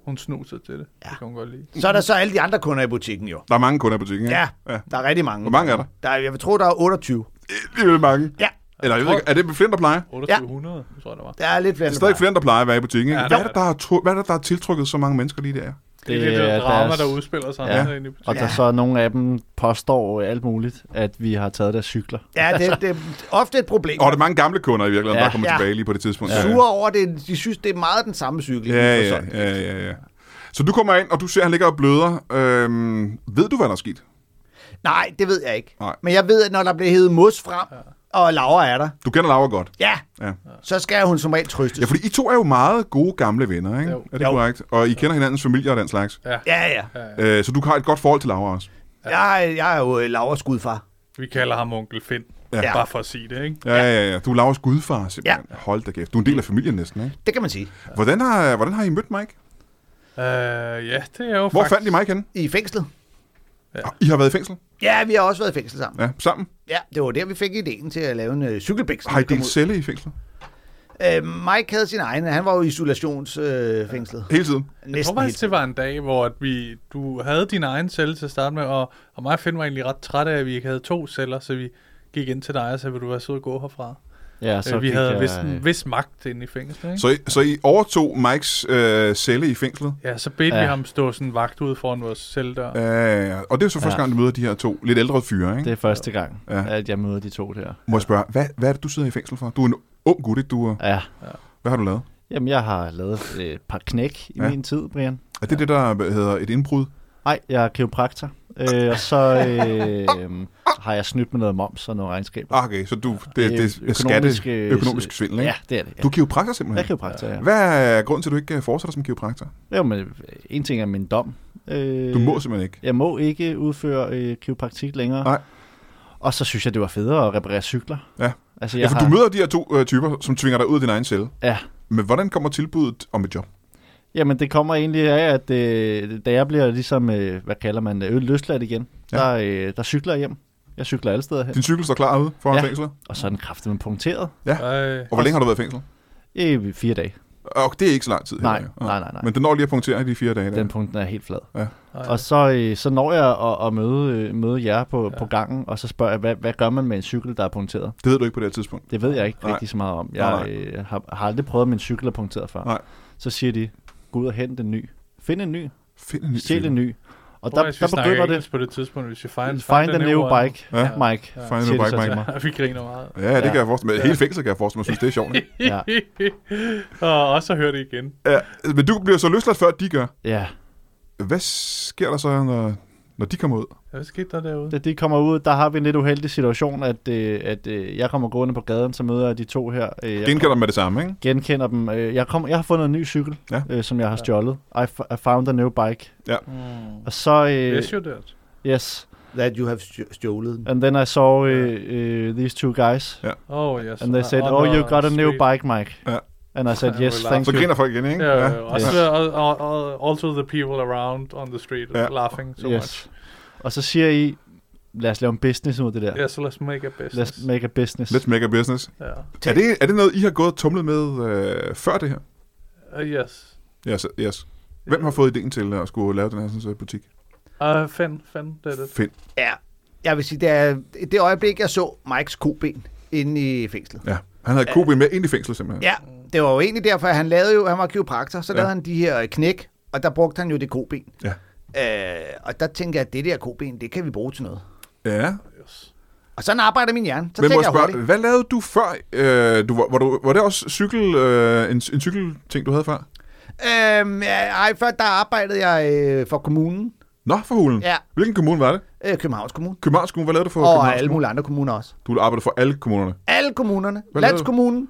Speaker 4: Hun snuser til det. Ja. Det kan hun godt lide.
Speaker 2: Så er der så alle de andre kunder i butikken jo.
Speaker 1: Der er mange kunder i butikken, ikke?
Speaker 2: Ja,
Speaker 1: ja.
Speaker 2: der er rigtig mange.
Speaker 1: Hvor mange er der?
Speaker 2: der er, jeg tror, der er 28.
Speaker 1: Det er vel mange.
Speaker 2: Ja,
Speaker 1: Eller jeg ved ikke, er det flere, end der plejer?
Speaker 4: 2800, ja. tror jeg, der var.
Speaker 2: der er lidt flere.
Speaker 1: Det er stadig flere, end der plejer at være i butikken. Ikke?
Speaker 4: Ja,
Speaker 1: Hvad er
Speaker 4: der er
Speaker 1: det, der har, tru- hvad er det, der har tiltrukket så mange mennesker lige der?
Speaker 4: Det er det, der
Speaker 3: deres-
Speaker 4: drama, der udspiller sig.
Speaker 3: Ja.
Speaker 4: Ja. Inde i
Speaker 3: Og der
Speaker 2: Ja.
Speaker 3: er så nogle af dem påstår alt muligt, at vi har taget deres cykler.
Speaker 2: Ja, det, det er ofte et problem.
Speaker 1: Og det er mange gamle kunder i virkeligheden,
Speaker 3: Ja.
Speaker 1: der kommer
Speaker 2: Ja.
Speaker 1: tilbage lige på det tidspunkt.
Speaker 2: ja. sure over det. De synes, det er meget den samme cykel.
Speaker 1: Ja, ja, ja, ja, ja. Så du kommer ind, og du ser, at han ligger og bløder. Øhm, ved du, hvad der er sket?
Speaker 2: Nej, det ved jeg ikke.
Speaker 1: Nej.
Speaker 2: Men jeg ved, at når der bliver hævet mos frem, ja. og Laura er der,
Speaker 1: Du kender Laura godt.
Speaker 2: ja,
Speaker 1: Ja.
Speaker 2: så skal hun som regel
Speaker 1: ja,
Speaker 2: trøstes.
Speaker 1: fordi I to er jo meget gode gamle venner, ikke?
Speaker 4: Jo.
Speaker 1: Er det
Speaker 2: Jo.
Speaker 1: korrekt? Og I kender hinandens familier og den slags.
Speaker 2: Ja, ja.
Speaker 1: Øh, så du har et godt forhold til Laura også.
Speaker 2: Jeg, er- jeg er jo øh, Lauras gudfar.
Speaker 4: Vi kalder ham onkel Finn.
Speaker 2: Ja.
Speaker 4: Ja. Bare for at sige det, ikke?
Speaker 1: Ja, ja, ja. Du er Lauras gudfar, simpelthen. Ja. Hold da kæft. Du er en del af familien næsten, ikke?
Speaker 2: Det kan man sige.
Speaker 1: Hvordan har, hvordan har I mødt Mike?
Speaker 4: Øh, ja, det er jo
Speaker 1: Hvor
Speaker 4: faktisk...
Speaker 1: fandt I Mike henne? Ah,
Speaker 2: I fængslet.
Speaker 1: I har været i fængsel?
Speaker 2: Ja, vi har også været i fængsel sammen.
Speaker 1: Ja, sammen.
Speaker 2: Ja, det var der, vi fik ideen til at lave en øh, cykelbæk. som
Speaker 1: Har I
Speaker 2: kom
Speaker 1: delt
Speaker 2: ud.
Speaker 1: celle i fængsel?
Speaker 2: Øh, Mike havde sin egen. Han var jo i isolationsfængslet. Øh, fængslet.
Speaker 1: Hele tiden?
Speaker 4: Jeg tror
Speaker 2: Næsten helt.
Speaker 4: faktisk, det var en dag, hvor at vi, du havde din egen celle til at starte med, og, og mig og Finn var egentlig ret træt af, at vi ikke havde to celler, så vi gik ind til dig og sagde, vil du være sød at gå herfra?
Speaker 3: Ja,
Speaker 4: Så Øh, vi
Speaker 3: fik
Speaker 4: havde
Speaker 3: jeg- øh,
Speaker 4: vist en vis magt inde i fængslet, ikke?
Speaker 1: Så I, så I overtog Mikes øh, celle i fængslet?
Speaker 4: Ja, så bedte
Speaker 3: Ja.
Speaker 4: vi ham stå sådan vagt ude foran vores celledør. Ja.
Speaker 1: Øh, og det er jo så første
Speaker 3: Ja.
Speaker 1: gang, du møder de her to lidt ældre fyre, ikke?
Speaker 3: Det er første gang,
Speaker 1: Ja.
Speaker 3: ja. at jeg møder de to der.
Speaker 1: Må jeg spørge, hvad, hvad er det, du sidder i fængsel for? Du er en ung gut, ikke? Du, er-
Speaker 3: Ja.
Speaker 1: hvad har du lavet?
Speaker 3: Jamen, jeg har lavet øh, et par knæk i
Speaker 1: Ja.
Speaker 3: ja. min tid, Brian.
Speaker 1: Er det det, der hvad hedder et indbrud?
Speaker 3: Nej, jeg er kiropraktor. Øh, og så øh, har jeg snydt med noget moms og nogle regnskaber.
Speaker 1: Ah, okay, så du, det, det, det er
Speaker 3: Økonomisk,
Speaker 1: skatte,
Speaker 3: øh,
Speaker 1: økonomisk svindel, ikke?
Speaker 3: Ja, det er det. Ja.
Speaker 1: Du er kiropraktor
Speaker 3: Jeg er
Speaker 1: simpelthen.
Speaker 3: kiropraktor, ja.
Speaker 1: Hvad er grunden til, at du ikke øh, fortsætter som kiropraktor?
Speaker 3: Jo, men øh, en ting er min dom. Øh,
Speaker 1: Du må simpelthen ikke.
Speaker 3: Jeg må ikke udføre øh, kiropraktik længere.
Speaker 1: Nej.
Speaker 3: Og så synes jeg, det var federe at reparere cykler.
Speaker 1: Ja.
Speaker 3: Altså,
Speaker 1: Ja, for du møder de her to øh, typer, som tvinger dig ud af din egen celle.
Speaker 3: Ja.
Speaker 1: Men hvordan kommer tilbuddet om et job?
Speaker 3: Jamen, det kommer egentlig af, at øh, da jeg bliver ligesom, øh, hvad kalder man, øh, løsladt igen,
Speaker 1: Ja.
Speaker 3: ja. der, øh, der cykler jeg hjem. Jeg cykler alle steder hen.
Speaker 1: Din cykel står klar ude foran ja.
Speaker 3: Ja.
Speaker 1: fængslet.
Speaker 3: Og så er den kraftigt punkteret
Speaker 4: Øh,
Speaker 1: Og hvor længe har du været i fængsel?
Speaker 3: i fire dage.
Speaker 1: Og det er ikke så lang tid.
Speaker 3: Nej,
Speaker 1: heller,
Speaker 3: nej, nej, nej.
Speaker 1: Men den når lige at punktere i de fire dage. Der.
Speaker 3: Den punkten er helt flad.
Speaker 4: nej.
Speaker 3: Og så, øh, så når jeg at, at møde, øh, møde jer på,
Speaker 4: Ja.
Speaker 3: ja. på gangen, og så spørger jeg, hvad, hvad gør man med en cykel, der er punkteret?
Speaker 1: Det ved du ikke på det her tidspunkt.
Speaker 3: Det ved jeg ikke
Speaker 1: Nej.
Speaker 3: nej. rigtig så meget om.
Speaker 1: Nej,
Speaker 3: Jeg
Speaker 1: nej.
Speaker 3: øh, har, har aldrig prøvet, at min cykel er punkteret før.
Speaker 1: Nej.
Speaker 3: Så siger de, gå ud og hent en ny. Find en ny.
Speaker 1: Find en ny
Speaker 3: Stjæl
Speaker 1: cykel.
Speaker 3: en ny. Og
Speaker 4: Og
Speaker 3: der, der begynder det.
Speaker 4: på det tidspunkt, hvis vi find,
Speaker 3: Find, find the new bike,
Speaker 1: Ja.
Speaker 3: ja. Mike.
Speaker 1: Find a new
Speaker 3: siger de
Speaker 1: bike,
Speaker 3: så
Speaker 1: Mike.
Speaker 3: til mig.
Speaker 4: Ja, vi griner meget.
Speaker 1: Ja, det
Speaker 3: Ja.
Speaker 1: kan jeg forestille mig. Hele fængslet kan jeg forestille mig. Jeg synes, det er sjovt. ikke?
Speaker 3: Ja.
Speaker 4: og, og så hører det igen.
Speaker 1: Ja, men du bliver så løsladt, før de gør.
Speaker 3: Ja,
Speaker 1: Hvad sker der så, når, når de kommer ud?
Speaker 4: Hvad skete der derude?
Speaker 3: da de kommer ud, der har vi en lidt uheldig situation, at, øh, at øh, jeg kommer gående på gaden, så møder jeg de to her. Øh, jeg
Speaker 1: Genkalder dem med det samme, ikke?
Speaker 3: genkender dem. Øh, jeg, kom, jeg har fundet en ny cykel,
Speaker 1: Ja.
Speaker 3: ja. øh, som jeg har stjålet. I, f- I found a new bike.
Speaker 4: Mm.
Speaker 3: Og så... Øh,
Speaker 4: Yes, you did.
Speaker 3: Yes.
Speaker 2: That you have stj- stjålet den.
Speaker 3: And then I saw uh, uh, these two guys,
Speaker 4: Oh, yes.
Speaker 3: and they said, "Oh, you got a new bike, Mike."
Speaker 1: Ja.
Speaker 3: And I said,
Speaker 4: Ja,
Speaker 3: "Yes,
Speaker 4: hvor
Speaker 3: thank
Speaker 1: Så
Speaker 3: you."
Speaker 1: griner folk igen, ikke?
Speaker 4: Yeah, yeah.
Speaker 1: ja.
Speaker 4: Also, uh, uh, also the people around on the street
Speaker 1: Ja.
Speaker 4: laughing so
Speaker 3: Yes. Og så siger I, lad os lave en business ud af det der.
Speaker 4: much. Yeah, so let's make a business.
Speaker 3: Let's make a business.
Speaker 1: Let's make a business.
Speaker 4: yeah.
Speaker 1: Er det, er det noget, I har gået og tumlet med øh, før det her?
Speaker 4: uh, yes.
Speaker 1: Yes, yes. Hvem har fået ideen til at skulle lave den her sådan, så butik?
Speaker 4: Uh, Finn, Finn did it.
Speaker 1: Finn.
Speaker 2: Ja, jeg vil sige, det er det øjeblik, jeg så Mikes koben inde i fængslet.
Speaker 1: Ja. Han havde koben med ind i fængsel, simpelthen.
Speaker 2: Ja, det var jo egentlig derfor, at han lavede jo, han var kiropraktor, så
Speaker 1: Ja.
Speaker 2: lavede han de her øh, knæk, og der brugte han jo det koben.
Speaker 1: Ja.
Speaker 2: Øh, og der tænker jeg, at det der koben, det kan vi bruge til noget.
Speaker 1: ja.
Speaker 4: Yes.
Speaker 2: Og sådan arbejder min hjerne. Så
Speaker 1: Men må
Speaker 2: tænker
Speaker 1: jeg
Speaker 2: jeg
Speaker 1: spørge,
Speaker 2: hurtigt.
Speaker 1: hvad lavede du før? Øh, du, var, var, du, var det også cykel, øh, en, en cykelting, du havde før?
Speaker 2: Øhm, ja, ej, før der arbejdede jeg øh, for kommunen,
Speaker 1: Nå, for hulen.
Speaker 2: Ja.
Speaker 1: Hvilken kommune var det?
Speaker 2: øh, Københavns Kommune,
Speaker 1: Københavns Kommune. Hvad lavede du for
Speaker 2: og
Speaker 1: Københavns
Speaker 2: alle mulige andre kommuner også.
Speaker 1: Kommune? Du arbejdede for alle kommunerne.
Speaker 2: Alle kommunerne,
Speaker 1: Hvad lavede du?
Speaker 2: landskommunen,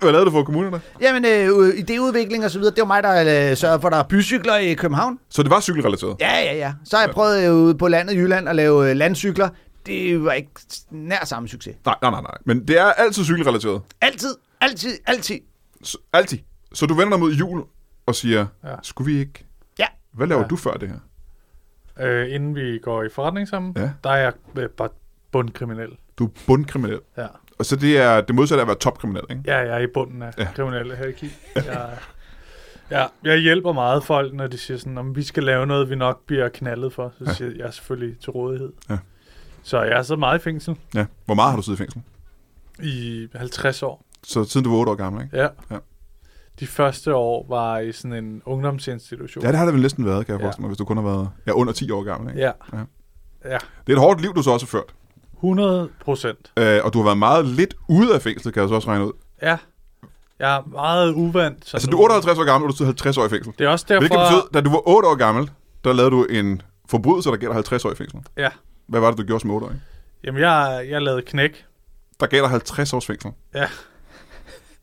Speaker 1: Hvad lavede du for kommunerne?
Speaker 2: Jamen, øh, idéudvikling og så videre, det var mig, der øh, sørgede for, at der er bycykler i København.
Speaker 1: Så det var cykelrelateret?
Speaker 2: Ja, ja, ja. Så har jeg prøvet øh, ude på landet i Jylland at lave øh, landcykler. Det var ikke nær samme succes.
Speaker 1: Nej, nej, nej, nej. Men det er altid cykelrelateret.
Speaker 2: Altid, altid, altid.
Speaker 1: Så, altid. Så du vender dig mod jul og siger, ja.
Speaker 4: Ja.
Speaker 1: skulle vi ikke?
Speaker 2: Ja.
Speaker 1: Hvad laver ja.
Speaker 4: Ja.
Speaker 1: du før det her?
Speaker 4: Uh, inden vi går i forretning sammen,
Speaker 1: Ja.
Speaker 4: der er jeg øh, bare bundkriminel.
Speaker 1: Du er bundkriminel.
Speaker 4: Ja.
Speaker 1: Og så det er det modsatte af at være topkriminel, ikke?
Speaker 4: Ja, jeg er i bunden af
Speaker 1: Ja.
Speaker 4: ja. kriminelle hierarki. Jeg, Ja, jeg hjælper meget folk, når de siger sådan, om vi skal lave noget, vi nok bliver knaldet for. Så siger jeg, jeg er selvfølgelig til rådighed.
Speaker 1: Ja.
Speaker 4: Så jeg har siddet meget i fængsel
Speaker 1: Ja. Hvor meget har du siddet i fængsel?
Speaker 4: i 50 år.
Speaker 1: Så siden du var 8 år gammel, ikke?
Speaker 4: Ja.
Speaker 1: Ja.
Speaker 4: De første år var i sådan en ungdomsinstitution.
Speaker 1: Ja, det har det vel næsten været, kan jeg
Speaker 4: Ja.
Speaker 1: forestille mig, hvis du kun har været ja, under 10 år gammel. Ikke?
Speaker 4: ja.
Speaker 1: Ja.
Speaker 4: ja.
Speaker 1: Det er et hårdt liv, du så også har ført.
Speaker 4: 100 procent.
Speaker 1: Øh, og du har været meget lidt ude af fængslet, kan jeg så også regne ud.
Speaker 4: Ja. Jeg er meget uvant. Så
Speaker 1: Altså,
Speaker 4: nu-
Speaker 1: du er 58 år gammel, og du sidder 50 år i fængsel.
Speaker 4: Det er også
Speaker 1: Hvilket
Speaker 4: derfor...
Speaker 1: betyder, da du var 8 år gammel, der lavede du en forbrydelse, der gælder 50 år i fængsel.
Speaker 4: Ja.
Speaker 1: Hvad var det, du gjorde som 8 år?
Speaker 4: Jamen, jeg, jeg lavede knæk.
Speaker 1: Der gælder 50 års fængsel.
Speaker 4: Ja.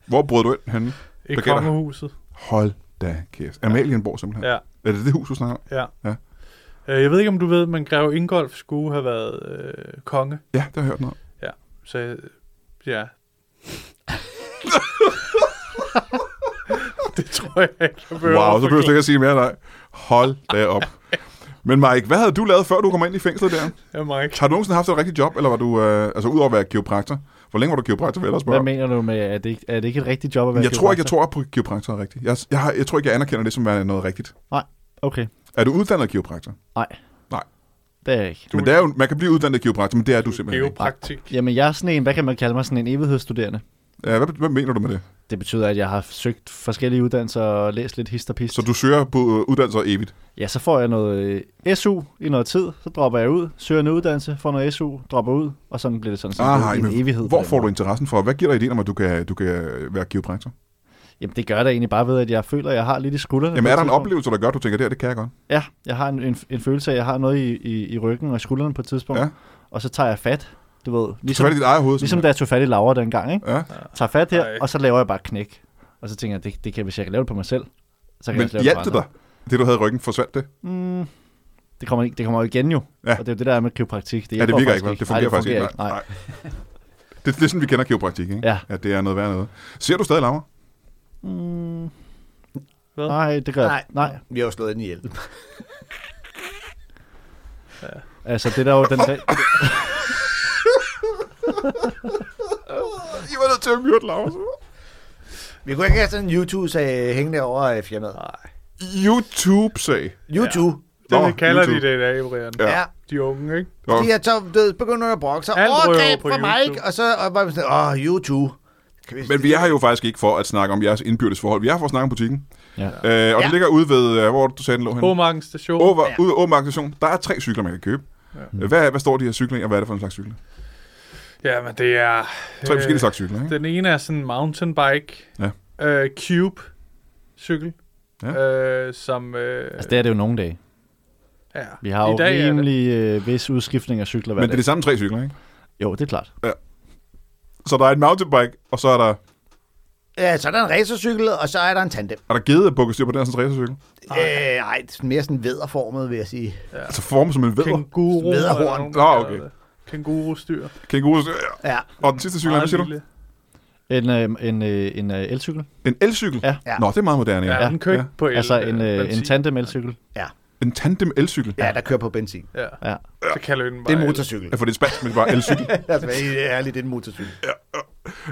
Speaker 1: Hvor brød du ind henne?
Speaker 4: I
Speaker 1: Der gælder-
Speaker 4: kongehuset.
Speaker 1: Hold da kæft. Amalienborg simpelthen.
Speaker 4: Ja,
Speaker 1: Er det det hus, du snakker om?
Speaker 4: ja.
Speaker 1: Ja.
Speaker 4: Øh, Jeg ved ikke, om du ved, men Grev Ingolf skulle have været øh, konge.
Speaker 1: Ja, det har jeg hørt noget om.
Speaker 4: Så øh, ja. det tror jeg ikke, jeg behøver
Speaker 1: Wow,
Speaker 4: at
Speaker 1: så behøver du ikke at sige mere, nej. Hold da op. Men Mike, hvad havde du lavet, før du kom ind i fængslet der?
Speaker 4: forklare. Jeg må ikke.
Speaker 1: Har du nogensinde haft et rigtigt job, eller var du, øh, altså udover at være kiropraktor? Hvor længe var du kiropraktor, vil jeg ellers
Speaker 3: Hvad
Speaker 1: spørge?
Speaker 3: mener du med, at det, ikke- er det ikke et rigtigt job at være
Speaker 1: Jeg tror ikke, jeg
Speaker 3: kiropraktor?
Speaker 1: tror på at kiropraktor er rigtigt. Jeg, jeg, har, jeg tror ikke, jeg anerkender det som værende noget rigtigt.
Speaker 3: Okay,
Speaker 1: Er du uddannet kiropraktor?
Speaker 3: det er jeg ikke.
Speaker 1: Men det er jo, man kan blive uddannet kiropraktor, men det er du
Speaker 4: Det er
Speaker 1: simpelthen
Speaker 4: jo
Speaker 1: ikke.
Speaker 4: praktik.
Speaker 3: Jamen, jeg er sådan en, hvad kan man kalde mig, sådan en evighedsstuderende.
Speaker 1: Ja, hvad, hvad mener du med det?
Speaker 3: Det betyder, at jeg har søgt forskellige uddannelser og læst lidt hist og pist.
Speaker 1: Så du søger på øh, uddannelser evigt?
Speaker 3: Ja, så får jeg noget øh, SU i noget tid, så dropper jeg ud, søger en uddannelse, får noget SU, dropper ud, og sådan bliver det sådan set
Speaker 1: Ah,
Speaker 3: i en
Speaker 1: men
Speaker 3: evighed. på
Speaker 1: hvor
Speaker 3: den
Speaker 1: får du
Speaker 3: måde.
Speaker 1: interessen fra? Hvad giver dig ideen om, at du kan, du kan være kiropraktor?
Speaker 3: Jamen, det gør det egentlig bare ved, at jeg føler, at jeg har lidt i skuldrene.
Speaker 1: Jamen
Speaker 3: på
Speaker 1: er
Speaker 3: et
Speaker 1: der en
Speaker 3: tidspunkt.
Speaker 1: oplevelse, der gør, at du tænker, det her, det kan jeg godt?
Speaker 3: Ja, jeg har en, en, en følelse af, at jeg har noget i, i, i ryggen og i skuldrene på et tidspunkt,
Speaker 1: Ja.
Speaker 3: ja. og så tager jeg fat, du ved,
Speaker 1: Så
Speaker 3: ligesom,
Speaker 1: er det dit eget hoved.
Speaker 3: ligesom da jeg tog fat i Laura dengang, ikke?
Speaker 1: Ja.
Speaker 3: Tager fat her,
Speaker 4: Ej.
Speaker 3: og så laver jeg bare et knæk. Og så tænker jeg, det, det kan, hvis jeg kan lave det på mig selv, så kan jeg
Speaker 1: Men
Speaker 3: også lave
Speaker 1: hjalp
Speaker 3: det
Speaker 1: det
Speaker 3: på
Speaker 1: dig? Det, du havde i ryggen, forsvandt det?
Speaker 3: andre. Mm, det kommer, ikke- det kommer jo igen jo,
Speaker 1: Ja.
Speaker 3: og det er jo det der er med kiropraktik.
Speaker 1: Ja, det
Speaker 3: hjælper
Speaker 1: virker ikke,
Speaker 3: faktisk
Speaker 1: vel? Det
Speaker 3: Nej,
Speaker 1: fungerer faktisk ikke.
Speaker 3: Nej. Nej.
Speaker 1: Det, det er sådan, vi kender kiropraktik, ikke?
Speaker 3: Ja.
Speaker 1: ja. det er noget værd noget. Ser du stadig Laura?
Speaker 3: Mm,
Speaker 4: Hvad?
Speaker 3: nej, det gør jeg. Nej. nej.
Speaker 2: Vi har jo slået den ihjel.
Speaker 3: Altså, det der jo den dag...
Speaker 1: I var nødt til at myrde Laura.
Speaker 2: Vi kunne ikke have sådan en YouTube-sag hængende over øh, firmaet.
Speaker 1: YouTube-sag.
Speaker 2: YouTube.
Speaker 4: Det
Speaker 1: Nå,
Speaker 4: vi kalder de
Speaker 1: YouTube.
Speaker 4: det i dag, Brian.
Speaker 1: Ja.
Speaker 2: Ja. ja.
Speaker 4: De unge, ikke?
Speaker 1: Nå,
Speaker 2: De er så død, begynder at brokke sig.
Speaker 4: Alt røver
Speaker 2: Overgreb
Speaker 4: på
Speaker 2: fra
Speaker 4: YouTube.
Speaker 2: Mike, og så og var vi sådan, åh, oh, YouTube. Kan
Speaker 1: Men vi er her jo faktisk ikke for at snakke om jeres indbyrdes forhold. Vi er her for at snakke om butikken.
Speaker 3: Ja.
Speaker 1: Øh, og ja.
Speaker 2: Ja.
Speaker 1: det ligger ude ved, øh, hvor var det, du sagde, den lå henne?
Speaker 4: Åmarken station.
Speaker 1: Over,
Speaker 2: Ja.
Speaker 1: ude ved Åmark Station. Der er tre cykler, man kan købe. Ja. Hvad, hvad står de her cykler i, og hvad er det for en slags cykler?
Speaker 4: Ja, men det er...
Speaker 1: Tre øh, forskellige slags cykler, ikke?
Speaker 4: Den ene er sådan en mountainbike.
Speaker 1: Ja.
Speaker 4: Øh, cube cykel.
Speaker 1: Ja.
Speaker 4: Øh, som... Øh,
Speaker 3: Altså, det er det jo nogle dage.
Speaker 4: ja.
Speaker 3: Vi har
Speaker 4: I
Speaker 3: jo
Speaker 4: dag er det-
Speaker 3: rimelig øh, vis udskiftning af cykler hver
Speaker 1: Men det er
Speaker 3: dag.
Speaker 1: de samme tre cykler, ikke?
Speaker 3: Jo, det er klart.
Speaker 1: Så der er en mountainbike, og så er der,
Speaker 2: Ja, så er der en racercykel, og så er der en tandem.
Speaker 1: er der gede bukket styr på den her sådan en racercykel.
Speaker 2: Nej, øh, ej, det er mere sådan vederformet, vil jeg sige.
Speaker 1: Altså formet som en vædder.
Speaker 4: Kenguru.
Speaker 2: Lederhorn.
Speaker 4: eller nogen, der
Speaker 1: Nå,
Speaker 4: kalder
Speaker 1: okay.
Speaker 4: det. Kængurustyr.
Speaker 1: Kænguru.
Speaker 2: Ja.
Speaker 1: Og den sidste cykel, hvad
Speaker 4: Meget
Speaker 1: siger du?
Speaker 4: lille.
Speaker 3: En, øh, en, øh, en øh, elcykel.
Speaker 1: En elcykel?
Speaker 3: Ja.
Speaker 2: Ja.
Speaker 1: Nå, det er meget moderne. Ja.
Speaker 4: Ja,
Speaker 1: ja.
Speaker 4: den kører ikke på el.
Speaker 3: Altså en,
Speaker 4: øh,
Speaker 3: øh, en
Speaker 4: benzin.
Speaker 3: tandem elcykel.
Speaker 1: En tandem elcykel.
Speaker 2: ja, der kører på benzin.
Speaker 4: Ja.
Speaker 3: Ja.
Speaker 4: Så kalder vi den
Speaker 2: Det
Speaker 4: bare
Speaker 2: er en
Speaker 4: el.
Speaker 2: motorcykel.
Speaker 1: Ja, for det er spansk, men det er bare elcykel.
Speaker 2: altså, det er ærligt, det er en motorcykel.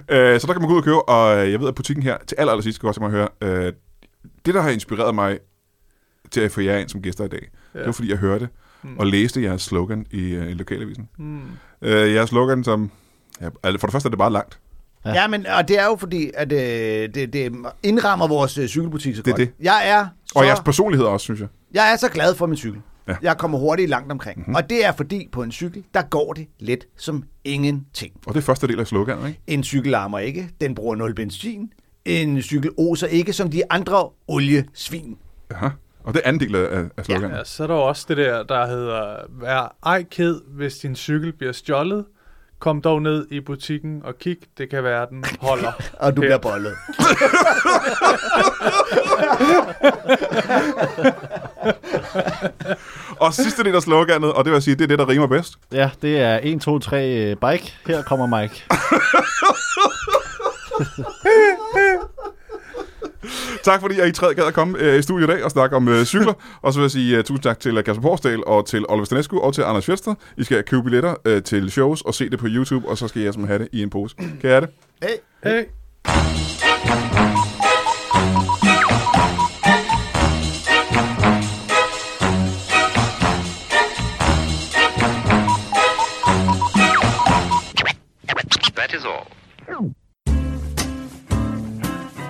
Speaker 1: Øh, så der kan man gå ud og købe, og øh, jeg ved, at butikken her, til aller, aller sidst, skal jeg også mig høre, øh, det, der har inspireret mig til at få jer ind som gæster i dag, ja. det var, fordi jeg hørte mm. og læste jeres slogan i, øh, i lokalavisen.
Speaker 4: Mm.
Speaker 1: Øh, jeres slogan, som... Ja, altså, for det første er det bare langt.
Speaker 3: Ja.
Speaker 2: Ja. ja, men og det er jo fordi, at øh, det, det indrammer vores øh, cykelbutik så
Speaker 1: Det er
Speaker 2: godt. Jeg er så,
Speaker 1: Og jeres personlighed også, synes jeg.
Speaker 2: jeg er så glad for min cykel.
Speaker 1: Ja.
Speaker 2: Ja. Jeg kommer hurtigt langt omkring. Mm-hmm. Og det er fordi, på en cykel, der går det let som ingenting.
Speaker 1: Og det er første del af sloganet, ikke?
Speaker 2: En cykel larmer ikke, den bruger nul benzin. En cykel oser ikke som de andre oliesvin.
Speaker 1: Aha. Og det er anden del af, af- af sloganet.
Speaker 4: Ja, så er der jo også det der, der hedder, vær ej ked, hvis din cykel bliver stjålet. Kom dog ned i butikken og kig, det kan være, den holder.
Speaker 2: Og du
Speaker 4: Ja.
Speaker 2: bliver bollet.
Speaker 1: Og sidste del af sloganet, og det vil jeg sige, det er det, der rimer bedst.
Speaker 3: Ja, det er 1, 2, 3 øh, bike. Her kommer Mike.
Speaker 1: Tak fordi jeg i træet gad at komme øh, i studiet i dag og snakke om øh, cykler. Og så vil jeg sige uh, tusind tak til øh, Kasper Porsdal og til Oliver Stanescu og til Anders Fjeldsted. I skal købe billetter øh, til shows og se det på YouTube, og så skal jeg som have det i en pose. Kan jeg have det?
Speaker 2: Hey.
Speaker 4: Hey.